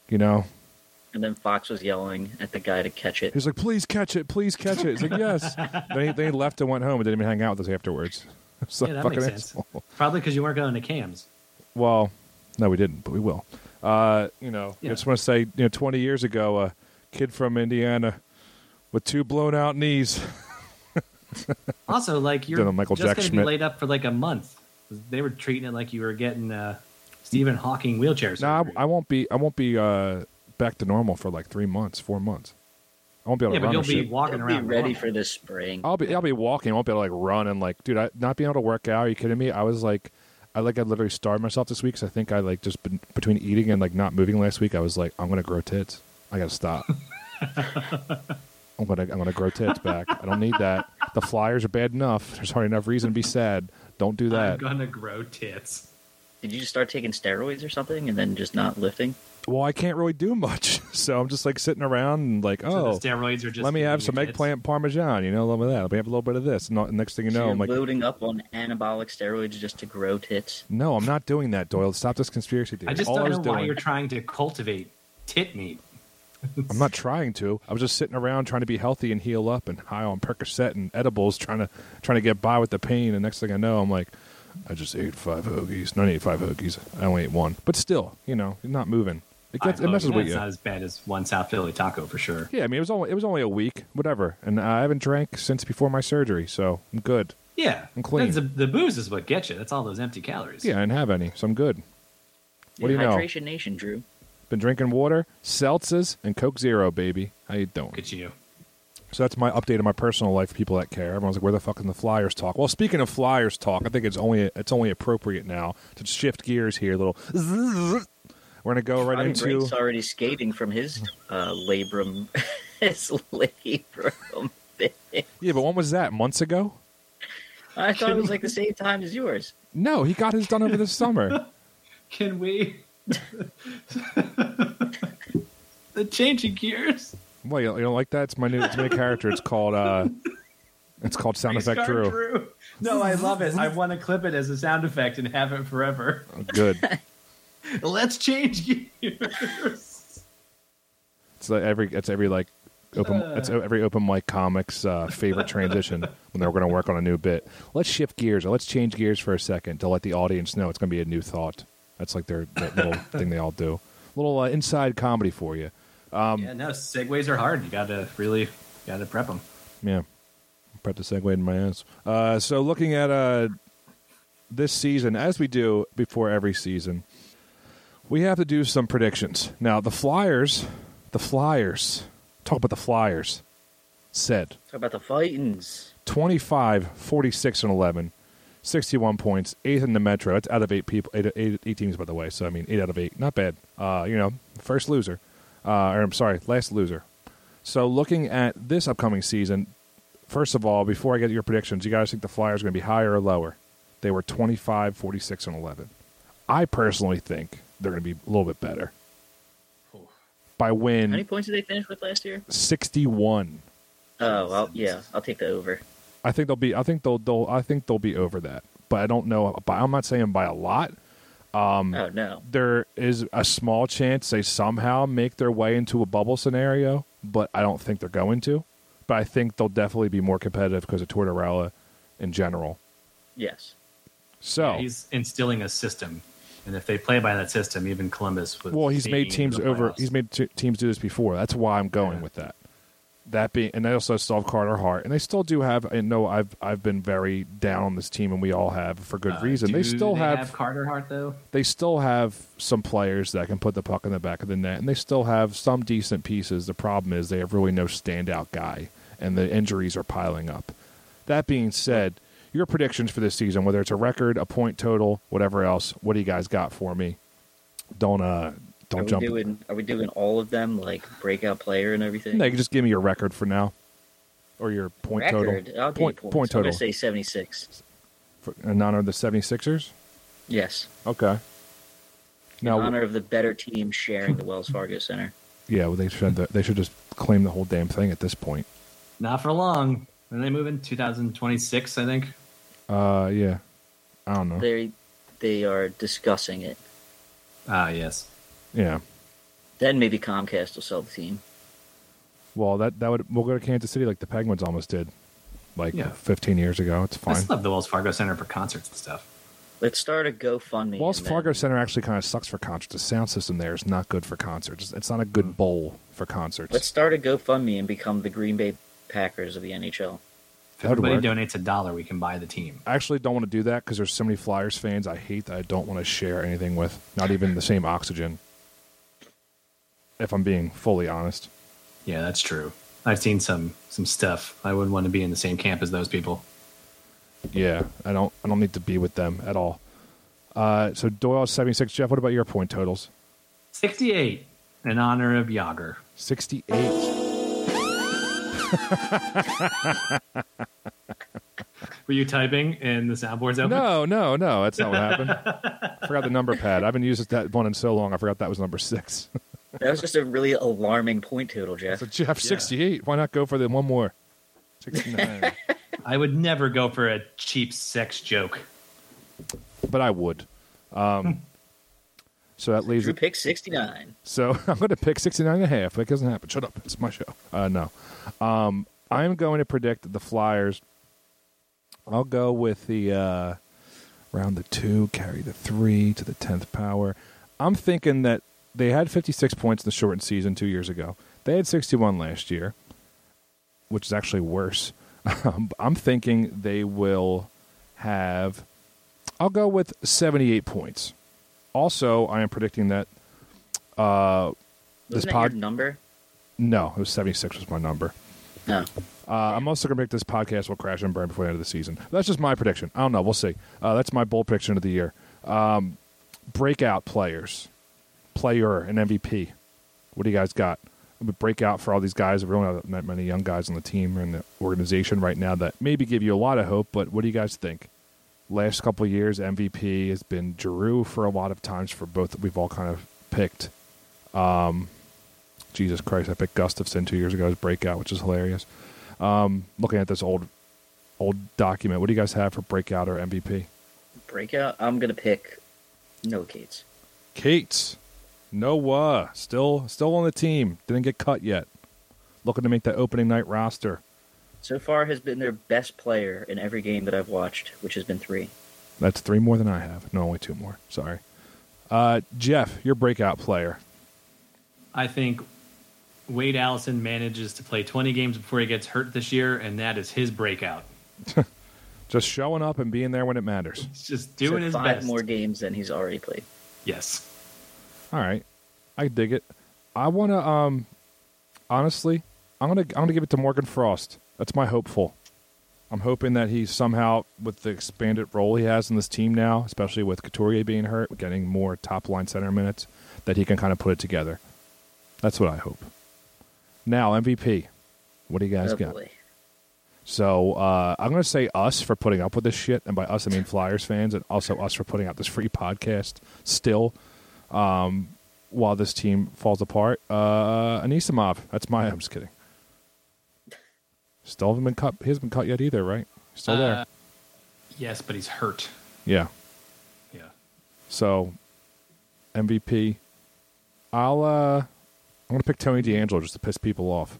Speaker 2: you know,
Speaker 4: And then Fox was yelling at the guy to catch it.
Speaker 2: He's like, please catch it, please catch it. He's like, yes. then, he, then he left and went home and didn't even hang out with us afterwards. *laughs* So
Speaker 3: Yeah, that
Speaker 2: fucking
Speaker 3: makes sense.
Speaker 2: asshole.
Speaker 3: Probably because you weren't going to cams.
Speaker 2: Well, no, we didn't, but we will. Uh, you know,
Speaker 3: Yeah.
Speaker 2: I just want to say, you know, 20 years ago, a kid from Indiana with two blown out knees.
Speaker 3: Also, like you're
Speaker 2: Done a Michael
Speaker 3: just
Speaker 2: Jack
Speaker 3: gonna
Speaker 2: Schmidt.
Speaker 3: be laid up for like a month. They were treating it like you were getting uh, Stephen Hawking wheelchairs.
Speaker 2: no, I, I won't be. I won't be uh, back to normal for like three months, four months. I won't be able to
Speaker 3: yeah, but
Speaker 2: run
Speaker 3: you'll
Speaker 2: or
Speaker 3: be
Speaker 2: shit.
Speaker 4: He'll
Speaker 3: walking
Speaker 4: be
Speaker 3: around.
Speaker 4: ready
Speaker 3: normal.
Speaker 4: for this spring.
Speaker 2: I'll be I'll be walking. I won't be able to like run and like, dude, I not being able to work out. Are you kidding me? I was like, I like I literally starved myself this week. Cause I think I like just been, between eating and like not moving last week. I was like, I'm gonna grow tits. I gotta stop. I'm gonna I'm gonna grow tits back. I don't need that. The Flyers are bad enough. There's hardly enough reason to be sad. Don't do
Speaker 3: I'm
Speaker 2: that.
Speaker 3: *laughs* gonna grow tits.
Speaker 4: Did you just start taking steroids or something and then just not lifting?
Speaker 2: Well, I can't really do much, *laughs* so I'm just like sitting around and like,
Speaker 3: So
Speaker 2: oh,
Speaker 3: the steroids are just.
Speaker 2: let me
Speaker 3: giving
Speaker 2: have
Speaker 3: you
Speaker 2: some
Speaker 3: tits.
Speaker 2: eggplant parmesan. You know, let me that. Let me have a little bit of this. And the next thing you
Speaker 4: So
Speaker 2: know,
Speaker 4: you're
Speaker 2: I'm like,
Speaker 4: loading up on anabolic steroids just to grow tits.
Speaker 2: no, I'm not doing that, Doyle. Stop this conspiracy theory.
Speaker 3: I just
Speaker 2: All
Speaker 3: don't
Speaker 2: I was
Speaker 3: know why
Speaker 2: doing-
Speaker 3: you're trying to cultivate tit meat.
Speaker 2: I'm not trying to. I was just sitting around trying to be healthy and heal up and high on Percocet and edibles, trying to trying to get by with the pain. And next thing I know, I'm like, I just ate five hoagies. No, I ate five hoagies. I only ate one, but still, you know, you're not moving. It gets
Speaker 3: I
Speaker 2: it
Speaker 3: hope
Speaker 2: messes with
Speaker 3: that's
Speaker 2: you.
Speaker 3: Not as bad as one South Philly taco for sure.
Speaker 2: Yeah, I mean, it was only it was only a week, whatever. And I haven't drank since before my surgery, so I'm good.
Speaker 3: Yeah,
Speaker 2: I'm clean.
Speaker 3: That's The, the booze is what gets you. That's all those empty calories.
Speaker 2: Yeah, I didn't have any, so I'm good. What do you know?
Speaker 4: Hydration Nation, Drew.
Speaker 2: Been drinking water, seltzers, and Coke Zero, baby. How you doing?
Speaker 3: Look at you.
Speaker 2: So that's my update on my personal life. People that care. Everyone's like, "Where the fuck is the Flyers talk?" Well, speaking of Flyers talk, I think it's only it's only appropriate now to shift gears here. A little, we're gonna go right
Speaker 4: Bobby
Speaker 2: into.
Speaker 4: Brake's already skating from his uh, labrum. *laughs* his labrum. thing.
Speaker 2: Yeah, but when was that? Months ago?
Speaker 4: I thought it was like the same time as yours.
Speaker 2: No, he got his done over the summer.
Speaker 3: Can we? *laughs* the changing gears.
Speaker 2: Well, you you don't like that? It's my new it's my new character. It's called uh, it's called sound effect
Speaker 3: Restart
Speaker 2: Drew.
Speaker 3: Drew. *laughs* No, I love it. I want to clip it as a sound effect and have it forever. *laughs*
Speaker 2: Good.
Speaker 3: Let's change *laughs* gears.
Speaker 2: It's like every it's every like open it's every open mic comics uh, favorite transition when they're going to work on a new bit. Let's shift gears or let's change gears for a second to let the audience know it's going to be a new thought. That's like their that little thing they all do. Little uh, inside comedy for you. Um,
Speaker 3: yeah, no, segues are hard. You gotta really gotta prep them.
Speaker 2: Yeah. Prep the segue in my ass. Uh, so looking at uh, this season, as we do before every season, we have to do some predictions. Now the Flyers, the Flyers, talk about the Flyers, said
Speaker 4: Talk about the fightings.
Speaker 2: 25, 46, and 11, 61 points, eighth in the Metro. That's out of eight people, eight, eight, eight teams, by the way. So, I mean, eight out of eight. Not bad. Uh, you know, first loser. Uh, or, I'm sorry, last loser. So, looking at this upcoming season, first of all, before I get your predictions, you guys think the Flyers are going to be higher or lower? They were 25, 46, and 11. I personally think they're going to be a little bit better. By
Speaker 4: How many
Speaker 2: win
Speaker 4: points did they finish with last year?
Speaker 2: 61.
Speaker 4: Oh, well, yeah, I'll take the over.
Speaker 2: I think they'll be. I think they'll. they'll I think they'll be over that. But I don't know. By, I'm not saying by a lot. Um,
Speaker 4: oh no,
Speaker 2: There is a small chance they somehow make their way into a bubble scenario, but I don't think they're going to. But I think they'll definitely be more competitive because of Tortorella in general.
Speaker 4: yes.
Speaker 2: So
Speaker 3: He's instilling a system, and if they play by that system, even Columbus would.
Speaker 2: Well, he's
Speaker 3: be
Speaker 2: made
Speaker 3: in
Speaker 2: teams
Speaker 3: the
Speaker 2: over.
Speaker 3: playoffs.
Speaker 2: He's made t- teams do this before. That's why I'm going with that. That being, and they also still have Carter Hart, and they still do have. I know I've I've been very down on this team, and we all have for good
Speaker 3: Uh,
Speaker 2: reason.
Speaker 3: do
Speaker 2: They still
Speaker 3: they
Speaker 2: have
Speaker 3: Carter Hart though.
Speaker 2: they still have some players that can put the puck in the back of the net, and they still have some decent pieces. The problem is they have really no standout guy, and the injuries are piling up. That being said, your predictions for this season, whether it's a record, a point total, whatever else, what do you guys got for me? Don't uh,
Speaker 4: Are
Speaker 2: don't
Speaker 4: we
Speaker 2: jump.
Speaker 4: doing? Are we doing all of them like breakout player and everything?
Speaker 2: No, you can just give me your record for now, or your point
Speaker 4: Record.
Speaker 2: total.
Speaker 4: I'll give you
Speaker 2: point
Speaker 4: points.
Speaker 2: point
Speaker 4: I'm
Speaker 2: total
Speaker 4: gonna say seventy-six.
Speaker 2: for, in honor of the 76ers?
Speaker 4: Yes.
Speaker 2: Okay.
Speaker 4: In
Speaker 2: Now-
Speaker 4: honor of the better team sharing the Wells Fargo Center.
Speaker 2: Yeah, well, they should they should just claim the whole damn thing at this point.
Speaker 3: Not for long. When they move in 2026, I think.
Speaker 2: Uh, yeah. I don't know.
Speaker 4: They they are discussing it.
Speaker 3: Ah, yes.
Speaker 2: yeah.
Speaker 4: Then maybe Comcast will sell the team.
Speaker 2: Well, that that would we'll go to Kansas City like the Penguins almost did, like
Speaker 3: Yeah.
Speaker 2: 15 years ago. It's
Speaker 3: I
Speaker 2: fine.
Speaker 3: still love the Wells Fargo Center for concerts and stuff.
Speaker 4: Let's start a GoFundMe.
Speaker 2: Wells
Speaker 4: and then-
Speaker 2: Fargo Center actually kind of sucks for concerts. The sound system there is not good for concerts. It's not a good bowl for concerts.
Speaker 4: Let's start a GoFundMe and become the Green Bay Packers of the NHL.
Speaker 3: If
Speaker 2: That would
Speaker 3: everybody
Speaker 2: work.
Speaker 3: donates a dollar, we can buy the team.
Speaker 2: I actually don't want to do that because there's so many Flyers fans I hate that I don't want to share anything with, not even the same oxygen. If I'm being fully honest,
Speaker 3: Yeah, that's true. I've seen some some stuff. I wouldn't want to be in the same camp as those people.
Speaker 2: yeah, I don't, I don't need to be with them at all. Uh, so Doyle seventy six. Jeff, what about your point totals?
Speaker 3: 68 in honor of Yager.
Speaker 2: Sixty eight.
Speaker 3: Were you typing and the soundboard's open?
Speaker 2: No, no, no, that's not what happened. I forgot the number pad. I haven't used that one in so long. I forgot that was number six. *laughs*
Speaker 4: That was just a really alarming point total, Jeff.
Speaker 2: so Jeff sixty eight. Why not go for the one more? Sixty nine.
Speaker 3: I would never go for a cheap sex joke.
Speaker 2: but I would. Um, so that leaves
Speaker 4: Drew
Speaker 2: it.
Speaker 4: pick 69.
Speaker 2: So *laughs* I'm going to pick 69 and a half. That doesn't happen. Shut up. It's my show. Uh, no. Um, I'm going to predict that the Flyers. I'll go with the uh, round the two, carry the three to the 10th power. I'm thinking that they had 56 points in the shortened season two years ago. They had 61 last year, which is actually worse. *laughs* Um, I'm thinking they will have. I'll go with 78 points. Also, I am predicting that uh, this
Speaker 4: Wasn't that
Speaker 2: pod.
Speaker 4: your number?
Speaker 2: No, it was 76 was my number.
Speaker 4: No.
Speaker 2: Uh, I'm also going to predict this podcast will crash and burn before the end of the season. That's just my prediction. I don't know. We'll see. Uh, that's my bold prediction of the year. Um, breakout players, player, and MVP. What do you guys got? A breakout for all these guys. We don't have that many young guys on the team or in the organization right now that maybe give you a lot of hope. But what do you guys think? Last couple of years, MVP has been Drew for a lot of times for both. We've all kind of picked. Um, Jesus Christ, I picked Gustafson two years ago as breakout, which is hilarious looking at this old old document. What do you guys have for breakout or MVP?
Speaker 4: Breakout? I'm going to pick no Cates.
Speaker 2: Cates, Noah, still still on the team. Didn't get cut yet. Looking to make that opening night roster.
Speaker 4: So far has been their best player in every game that I've watched, which has been three.
Speaker 2: That's three more than I have. No, only two more. Sorry. Uh, Jeff, your breakout player.
Speaker 3: I think Wade Allison manages to play 20 games before he gets hurt this year, and that is his breakout.
Speaker 2: Just showing up and being there when it matters.
Speaker 3: He's just doing
Speaker 4: So
Speaker 3: his
Speaker 4: five
Speaker 3: best.
Speaker 4: more games than he's already played.
Speaker 3: Yes.
Speaker 2: All right, I dig it. I want to. Um, honestly, I'm gonna I'm gonna give it to Morgan Frost. That's my hopeful. I'm hoping that he somehow, with the expanded role he has in this team now, especially with Couturier being hurt, getting more top line center minutes, that he can kind of put it together. That's what I hope. Now MVP, what do you guys
Speaker 4: Oh,
Speaker 2: got?
Speaker 4: boy.
Speaker 2: So uh, I'm going to say us for putting up with this shit, and by us I mean Flyers fans, and also us for putting out this free podcast still, um, while this team falls apart. Uh, Anisimov, that's my. I'm just kidding. Still haven't been cut. He hasn't been cut yet either, right? Still there.
Speaker 3: Uh, yes, but he's hurt.
Speaker 2: yeah.
Speaker 3: Yeah.
Speaker 2: So MVP. I'll uh, I'm gonna pick Tony D'Angelo just to piss people off.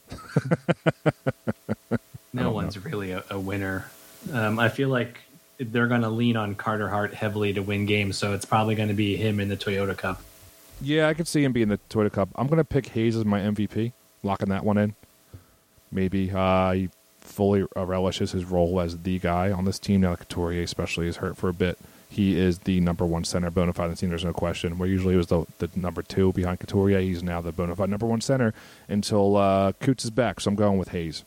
Speaker 3: No one's really a, a winner. Um, I feel like they're going to lean on Carter Hart heavily to win games, so it's probably going to be him in the Toyota Cup.
Speaker 2: Yeah, I could see him being the Toyota Cup. I'm going to pick Hayes as my MVP, locking that one in. Maybe uh, he fully uh, relishes his role as the guy on this team. Now that Couturier especially is hurt for a bit, he is the number one center bona fide on the team. There's no question. Where usually he was the, the number two behind Couturier, he's now the bona fide number one center until uh, Coots is back. So I'm going with Hayes.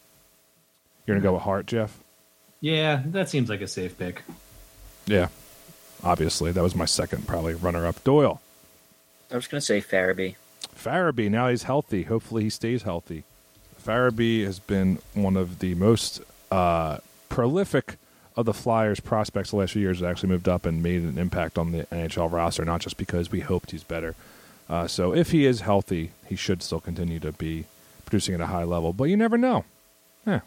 Speaker 2: You're going to go with Hart, Jeff?
Speaker 3: Yeah, that seems like a safe pick.
Speaker 2: Yeah. Obviously, that was my second probably runner-up. Doyle.
Speaker 4: I was going to say Farabee.
Speaker 2: Farabee now he's healthy. Hopefully he stays healthy. Farabee has been one of the most uh, prolific of the Flyers prospects the last few years. Has actually moved up and made an impact on the NHL roster, not just because we hoped he's better. Uh, so if he is healthy, he should still continue to be producing at a high level. But you never know. Yeah.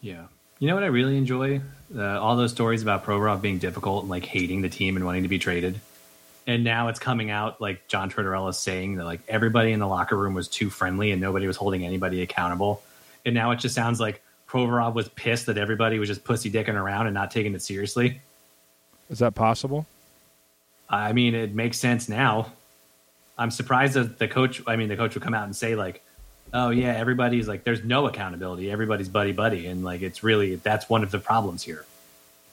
Speaker 3: Yeah. You know what I really enjoy? Uh, all those stories about Provorov being difficult and like hating the team and wanting to be traded. And now it's coming out like John Tortorella is saying that like everybody in the locker room was too friendly and nobody was holding anybody accountable. And now it just sounds like Provorov was pissed that everybody was just pussy dicking around and not taking it seriously.
Speaker 2: Is that possible?
Speaker 3: I mean, it makes sense now. I'm surprised that the coach, I mean, the coach would come out and say, like, oh, yeah, everybody's like, there's no accountability. Everybody's buddy buddy. And like, it's really, that's one of the problems here.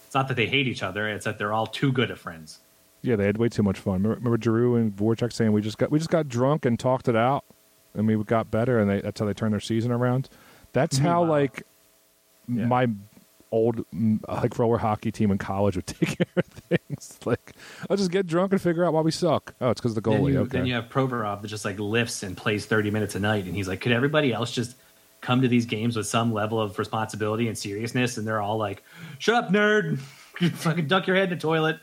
Speaker 3: It's not that they hate each other, it's that they're all too good of friends.
Speaker 2: Yeah, they had way too much fun. Remember, remember Giroux and Voracek saying we just got we just got drunk and talked it out, and we got better, and they, that's how they turned their season around. That's how
Speaker 3: Meanwhile-
Speaker 2: like
Speaker 3: Mm-hmm. Yeah.
Speaker 2: my old mm, like roller hockey team in college would *laughs* take care of things. Like, I'll just get drunk and figure out why we suck. Oh, it's because the
Speaker 3: then,
Speaker 2: goalie.
Speaker 3: you,
Speaker 2: okay,
Speaker 3: then you have Provorov that just like lifts and plays 30 minutes a night. And he's like, could everybody else just come to these games with some level of responsibility and seriousness? And they're all like, shut up, nerd. *laughs* Fucking duck your head in the toilet.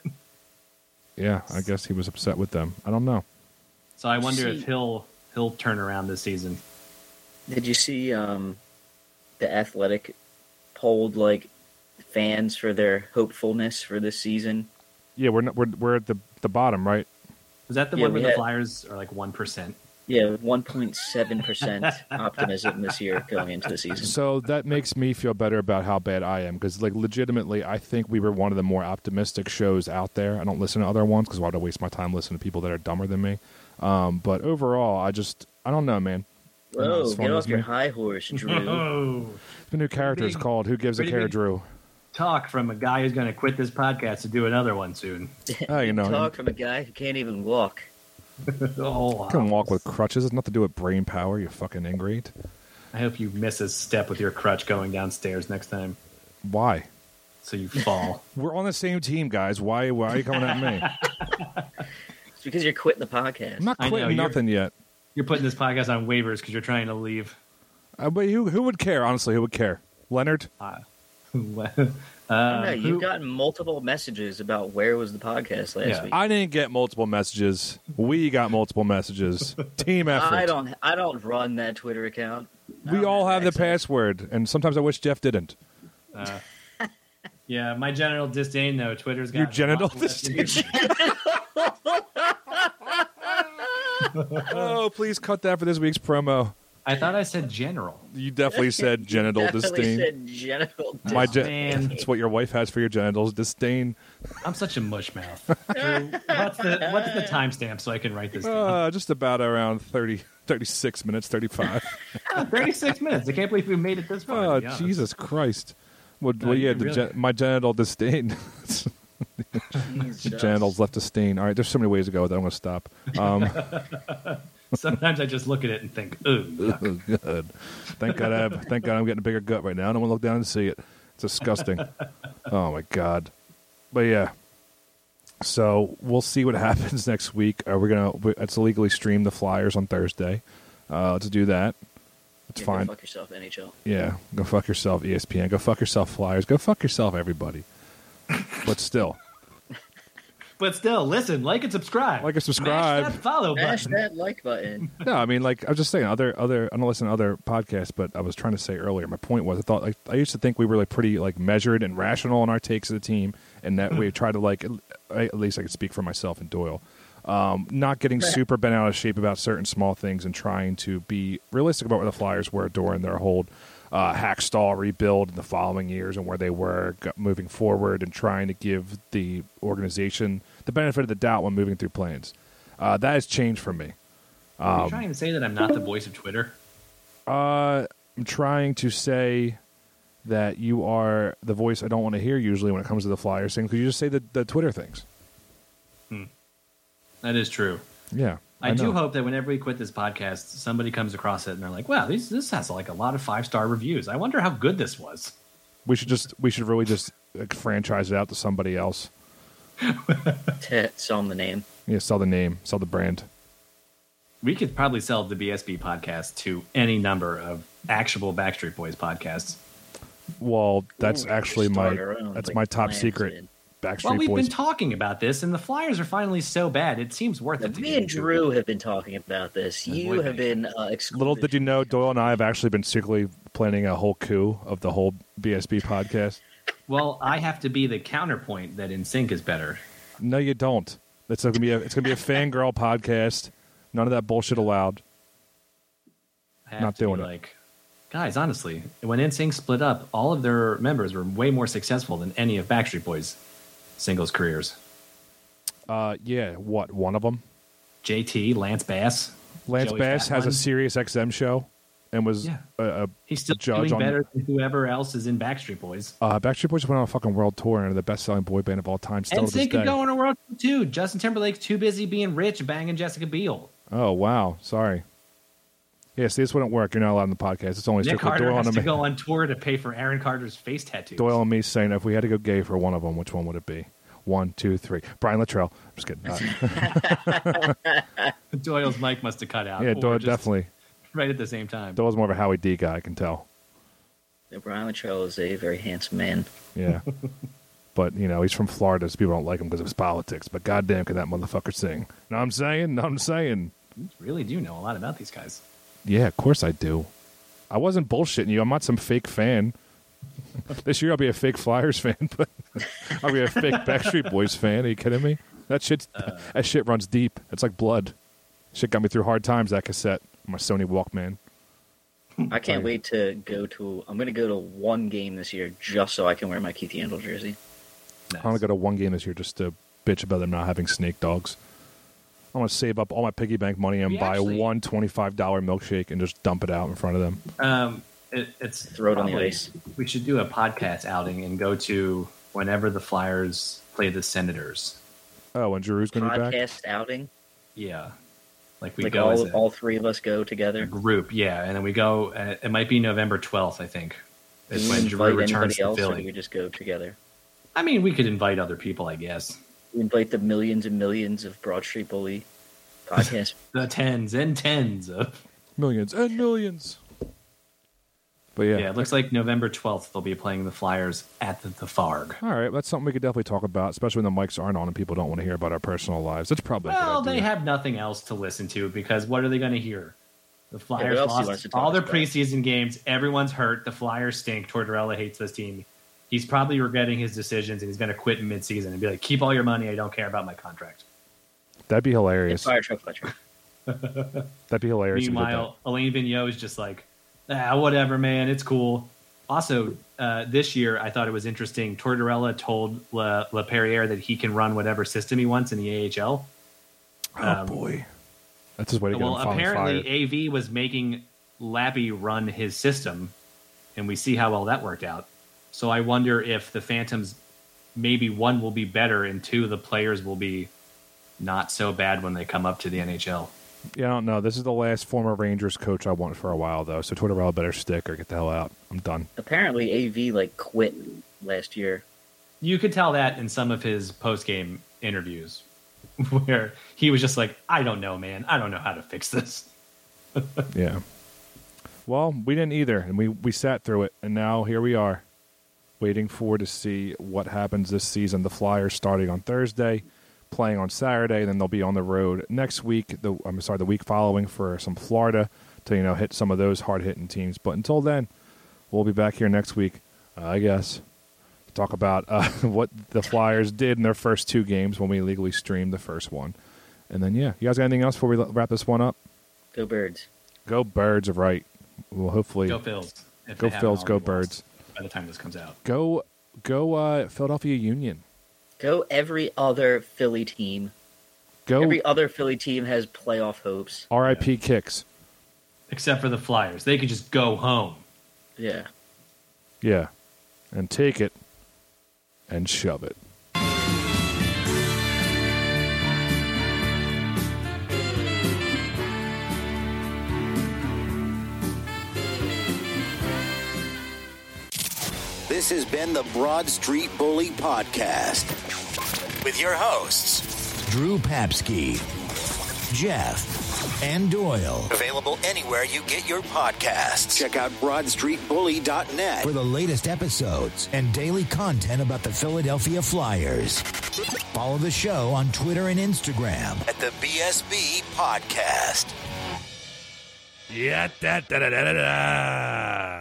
Speaker 2: yeah, I guess he was upset with them. I don't know.
Speaker 3: So I wonder if
Speaker 4: See-
Speaker 3: he'll he'll turn around this season.
Speaker 4: Did you see um, the Athletic polled like fans for their hopefulness for this season?
Speaker 2: Yeah, we're not, we're we're at the the bottom, right?
Speaker 3: Is that the
Speaker 4: Yeah,
Speaker 3: one
Speaker 4: we
Speaker 3: where the
Speaker 4: had-
Speaker 3: Flyers are like one percent?
Speaker 4: Yeah,
Speaker 3: *laughs*
Speaker 4: 1.7% optimism this year going into the season.
Speaker 2: So that makes me feel better about how bad I am because, like, legitimately, I think we were one of the more optimistic shows out there. I don't listen to other ones because why would I waste my time listening to people that are dumber than me? Um, but overall, I just I don't know, man. I know
Speaker 4: Whoa,
Speaker 2: this
Speaker 4: get
Speaker 2: one
Speaker 4: off
Speaker 2: was
Speaker 3: *laughs*
Speaker 4: your
Speaker 2: me.
Speaker 4: high horse, Drew.
Speaker 3: Oh,
Speaker 2: The new character is
Speaker 3: big-
Speaker 2: called "Who Gives a
Speaker 3: pretty
Speaker 2: Care,
Speaker 3: *laughs* big-
Speaker 2: Drew."
Speaker 3: talk from a guy who's going to quit this podcast to do another one
Speaker 4: *laughs*
Speaker 3: soon.
Speaker 2: Oh, you know,
Speaker 4: Talk from a guy who can't even walk.
Speaker 3: oh, wow.
Speaker 2: you can walk with crutches. It's nothing to do with brain power. You fucking ingrate.
Speaker 3: I hope you miss a step with your crutch going downstairs next time,
Speaker 2: Why?
Speaker 3: so you
Speaker 4: *laughs*
Speaker 3: fall.
Speaker 2: We're on the same team, guys. Why? Why are you coming at
Speaker 3: *laughs*
Speaker 2: me?
Speaker 4: It's because you're quitting the podcast.
Speaker 2: I'm not
Speaker 3: I know,
Speaker 2: quitting
Speaker 3: you're-
Speaker 2: nothing yet.
Speaker 3: You're putting this podcast on waivers because you're trying to leave. *laughs*
Speaker 2: Uh, but who? Who would care? Honestly, who would care? Leonard.
Speaker 3: Uh, uh,
Speaker 2: Um,
Speaker 4: I know,
Speaker 3: who-
Speaker 4: you've gotten multiple messages about where was the podcast last
Speaker 3: Yeah.
Speaker 4: week.
Speaker 2: I didn't get multiple messages. We got multiple messages. Team effort.
Speaker 4: I don't. I don't run that Twitter account. I
Speaker 2: we
Speaker 4: don't
Speaker 2: all have the
Speaker 4: access.
Speaker 2: password, and sometimes I wish Jeff didn't.
Speaker 3: uh, yeah, my genital disdain though. Twitter's got
Speaker 2: Your genital
Speaker 3: disdain.
Speaker 2: oh, please cut that for this week's promo.
Speaker 3: I thought I said general.
Speaker 2: You
Speaker 4: *laughs*
Speaker 2: definitely said genital
Speaker 4: Definitely
Speaker 2: disdain.
Speaker 4: said genital
Speaker 2: *laughs* My
Speaker 4: disdain.
Speaker 2: gen-
Speaker 3: man.
Speaker 2: That's what your wife has for your genitals.
Speaker 4: *laughs*
Speaker 2: Disdain.
Speaker 3: I'm such
Speaker 2: *laughs*
Speaker 3: a mushmouth. Drew, what's the what's the timestamp so I can write this down?
Speaker 2: Uh, just about around 30, 36 minutes,
Speaker 4: *laughs*
Speaker 2: 35.
Speaker 3: 36 minutes. I can't believe we made it this far.
Speaker 2: Uh. oh,
Speaker 3: to be honest.
Speaker 2: Jesus Christ. Well,
Speaker 3: No,
Speaker 2: well,
Speaker 3: you
Speaker 2: yeah, the
Speaker 3: really-
Speaker 2: gen- my genital disdain. *laughs*
Speaker 4: Jesus.
Speaker 2: genitals left a stain. All right, there's so many ways to go with that. I'm going to stop. Um,
Speaker 3: Sometimes I just look at it and think, ooh, yuck.
Speaker 2: good. Thank God, I have, thank God I'm getting a bigger gut right now. I don't want to look down and see it. It's
Speaker 4: *laughs*
Speaker 2: disgusting. oh my God. But yeah. So we'll see what happens *laughs* next week. Are we gonna? we- Let's illegally stream the Flyers on Thursday. Uh, let's do that. It's
Speaker 4: Yeah, go
Speaker 2: fine.
Speaker 4: Fuck yourself, NHL.
Speaker 2: Yeah, go fuck yourself, E ESPN. Go fuck yourself, Flyers. Go fuck yourself, everybody. but still,
Speaker 3: but still, listen, like and subscribe.
Speaker 2: like and
Speaker 3: Smash
Speaker 2: subscribe.
Speaker 3: that follow
Speaker 4: Smash
Speaker 3: button.
Speaker 4: that
Speaker 2: *laughs*
Speaker 4: like button.
Speaker 2: No, I mean, like I was just saying, other other. I don't listen to other podcasts, but I was trying to say earlier. My point was, I thought like I used to think we were like pretty like measured and rational in our takes of the team, and that we tried to like at- at least I could speak for myself and Doyle, um, not getting super bent out of shape about certain small things and trying to be realistic about where the Flyers were during their whole uh, hackstall rebuild in the following years and where they were go- moving forward and trying to give the organization the benefit of the doubt when moving through plans. Uh, that has changed for me.
Speaker 3: Are
Speaker 2: Um,
Speaker 3: you trying to say that I'm not the voice of Twitter?
Speaker 2: Uh, I'm trying to say that you are the voice I don't want to hear usually when it comes to the Flyers thing because you just say the, the Twitter things.
Speaker 3: That is true.
Speaker 2: Yeah.
Speaker 3: I, do
Speaker 2: know.
Speaker 3: hope that whenever we quit this podcast, somebody comes across it and they're like, "Wow, this this has like a lot of five star reviews. I wonder how good this was."
Speaker 2: we should just we should really just like, franchise it out to somebody else.
Speaker 4: Sell 'em the name.
Speaker 2: Yeah, sell the name, sell the brand.
Speaker 3: We could probably sell the BSB podcast to any number of actual Backstreet Boys podcasts.
Speaker 2: Well, that's
Speaker 4: Ooh,
Speaker 2: actually
Speaker 4: start
Speaker 2: my
Speaker 4: our own,
Speaker 2: that's
Speaker 4: like,
Speaker 2: my top
Speaker 4: plans
Speaker 2: secret.
Speaker 4: in.
Speaker 2: Backstreet
Speaker 3: well, we've
Speaker 2: Boys.
Speaker 3: been talking about this, and the Flyers are finally so bad. It seems worth it. to
Speaker 4: Me
Speaker 3: get
Speaker 4: and
Speaker 3: into.
Speaker 4: Drew have been talking about this. You
Speaker 3: boy,
Speaker 4: have been uh, excluded.
Speaker 2: Little did you know, Doyle and I have actually been secretly planning a whole coup of the whole BSB podcast.
Speaker 3: Well, I have to be the counterpoint that In Sync is better.
Speaker 2: No, you don't. It's gonna be a, it's gonna be a fangirl *laughs* podcast. None of that bullshit allowed.
Speaker 3: I have
Speaker 2: Not
Speaker 3: to be
Speaker 2: doing it.
Speaker 3: like, guys, honestly, when NSYNC split up, all of their members were way more successful than any of Backstreet Boys' singles careers.
Speaker 2: Uh, yeah, what one of them?
Speaker 3: JT, Lance Bass.
Speaker 2: Lance
Speaker 3: Joey
Speaker 2: Bass has a
Speaker 3: Fatman.
Speaker 2: Sirius XM show, and was uh,
Speaker 3: Yeah.
Speaker 2: a, a
Speaker 3: He's still
Speaker 2: judge
Speaker 3: doing
Speaker 2: on.
Speaker 3: better than whoever else is in Backstreet Boys.
Speaker 2: Uh, Backstreet Boys went on a fucking world tour and are the best-selling boy band of all time. Still to this
Speaker 3: NSYNC
Speaker 2: day.
Speaker 3: could go on a world tour too. Justin Timberlake's too busy being rich banging Jessica Biel.
Speaker 2: oh wow, sorry. Yeah, see, this wouldn't work. You're not allowed on the podcast. It's only
Speaker 3: Nick
Speaker 2: strictly
Speaker 3: Carter
Speaker 2: Doyle
Speaker 3: has
Speaker 2: and,
Speaker 3: to
Speaker 2: me,
Speaker 3: go on tour to pay for Aaron Carter's face tattoos.
Speaker 2: Doyle and me saying if we had to go gay for one of them, which one would it be? One, two, three. Brian Luttrell. I'm just
Speaker 3: *laughs*
Speaker 2: kidding. Uh,
Speaker 3: *laughs* Doyle's mic must have cut
Speaker 2: *laughs*
Speaker 3: out.
Speaker 2: yeah,
Speaker 3: or
Speaker 2: Doyle
Speaker 3: just
Speaker 2: definitely.
Speaker 3: Right at the same time.
Speaker 2: Doyle's more of a Howie D guy. I can tell.
Speaker 4: Yeah, Brian Luttrell is a very handsome man.
Speaker 2: Yeah. but, you know, he's from Florida, so people don't like him because of his politics. But goddamn, can that motherfucker sing. Know what I'm saying? Know what I'm saying?
Speaker 3: You really do know a lot about these guys.
Speaker 2: Yeah, of course I do. I wasn't bullshitting you. I'm not some fake fan. *laughs* this year I'll be a fake Flyers fan, *laughs* but I'll be a fake Backstreet Boys fan. Are you kidding me? That shit, that shit runs deep. It's like blood. Shit got me through hard times. That cassette, my Sony Walkman. Hmm.
Speaker 4: I can't wait to go to. I'm going to go to one game this year just so I can wear my Keith Yandel jersey.
Speaker 3: Nice.
Speaker 2: I want to go to one game this year just to bitch about them not having snake dogs. I want to save up all my piggy bank money and
Speaker 3: We
Speaker 2: buy
Speaker 3: actually-
Speaker 2: one $25 milkshake and just dump it out in front of them.
Speaker 3: Um, It, it's
Speaker 4: Throw it on the
Speaker 3: probably-
Speaker 4: ice.
Speaker 3: We should do a podcast outing and go to whenever the Flyers play the Senators.
Speaker 2: Oh, and Giroux's going to be back.
Speaker 4: Podcast outing.
Speaker 3: Yeah, like we
Speaker 4: Like
Speaker 3: go as
Speaker 4: all,
Speaker 3: a
Speaker 4: all three of us go
Speaker 3: a
Speaker 4: together.
Speaker 3: group. Yeah, and then we go. Uh, it might be November twelfth, I think.
Speaker 4: Do
Speaker 3: Is
Speaker 4: we
Speaker 3: when
Speaker 4: invite
Speaker 3: Giroux returns
Speaker 4: anybody
Speaker 3: to
Speaker 4: else, or do
Speaker 3: Philly.
Speaker 4: we just go together?
Speaker 3: I mean, we could invite other people, I guess.
Speaker 4: We invite the millions and millions of Broad Street
Speaker 3: *laughs*
Speaker 4: Bully podcast.
Speaker 3: The tens and tens of
Speaker 2: Millions and millions. But yeah.
Speaker 3: yeah. it looks like November twelfth they'll be playing the Flyers at the, the Farg.
Speaker 2: All right, that's something we could definitely talk about, especially when the mics aren't on and people don't want to hear about our personal lives. That's probably a good
Speaker 3: Well, they
Speaker 2: idea.
Speaker 3: have nothing else to listen to because what are they going to hear? The Flyers
Speaker 4: else do you want
Speaker 3: lost
Speaker 4: to talk
Speaker 3: all their
Speaker 4: about?
Speaker 3: preseason games. Everyone's hurt. The Flyers stink. Tortorella hates this team. He's probably regretting his decisions and he's going to quit midseason and be like, keep all your money. I don't care about my contract.
Speaker 2: That'd be hilarious.
Speaker 4: Fire truck Fletcher.
Speaker 2: That'd be hilarious. if we did
Speaker 3: Meanwhile, Elaine Vigneault is just like, ah, whatever, man. It's cool. Also, uh, this year, I thought it was interesting. Tortorella told La, La Perriere that he can run whatever system he wants in the AHL.
Speaker 2: that. Oh boy, that's his way to get
Speaker 3: um, well,
Speaker 2: him finally
Speaker 3: apparently
Speaker 2: fired.
Speaker 3: AV was making Lappy run his system, and we see how well that worked out. So I wonder if the Phantoms, maybe one will be better, and two the players will be not so bad when they come up to the NHL.
Speaker 2: Yeah, I don't know. This is the last former Rangers coach I want for a while, though. So Tortorella better stick or get the hell out. I'm done.
Speaker 4: Apparently, AV like quit last year.
Speaker 3: You could tell that in some of his post game interviews, *laughs* where he was just like, "I don't know, man. I don't know how to fix this."
Speaker 2: Yeah. Well, we didn't either, and we we sat through it, and now here we are, waiting for to see what happens this season. The Flyers starting on Thursday, playing on Saturday, then they'll be on the road next week. The I'm sorry, the week following for some Florida to you know hit some of those hard hitting teams. But until then, we'll be back here next week, I guess, to talk about uh, *laughs* what the Flyers did in their first two games when we legally streamed the first one, and then yeah, you guys got anything else before we l- wrap this one up?
Speaker 4: Go birds.
Speaker 2: Go birds, right? Well, hopefully,
Speaker 3: Go
Speaker 2: go
Speaker 3: Phils. if
Speaker 2: Go
Speaker 3: they haven't
Speaker 2: Phils, go
Speaker 3: already lost
Speaker 2: Birds.
Speaker 3: By the time this comes out,
Speaker 2: go, uh, Philadelphia Union.
Speaker 4: Go every other Philly team.
Speaker 2: Go
Speaker 4: Every other Philly team has playoff hopes.
Speaker 2: R.I.P. Kicks.
Speaker 3: except for the Flyers, they could just go home.
Speaker 4: Yeah.
Speaker 2: Yeah, and take it and shove it.
Speaker 1: This has been the Broad Street Bully Podcast with your hosts, Drew Papsky, Jeff, and Doyle. Available anywhere you get your podcasts. Check out BroadStreetBully.net for the latest episodes and daily content about the Philadelphia Flyers. Follow the show on Twitter and Instagram at the BSB Podcast.
Speaker 2: Yeah, da da da da da.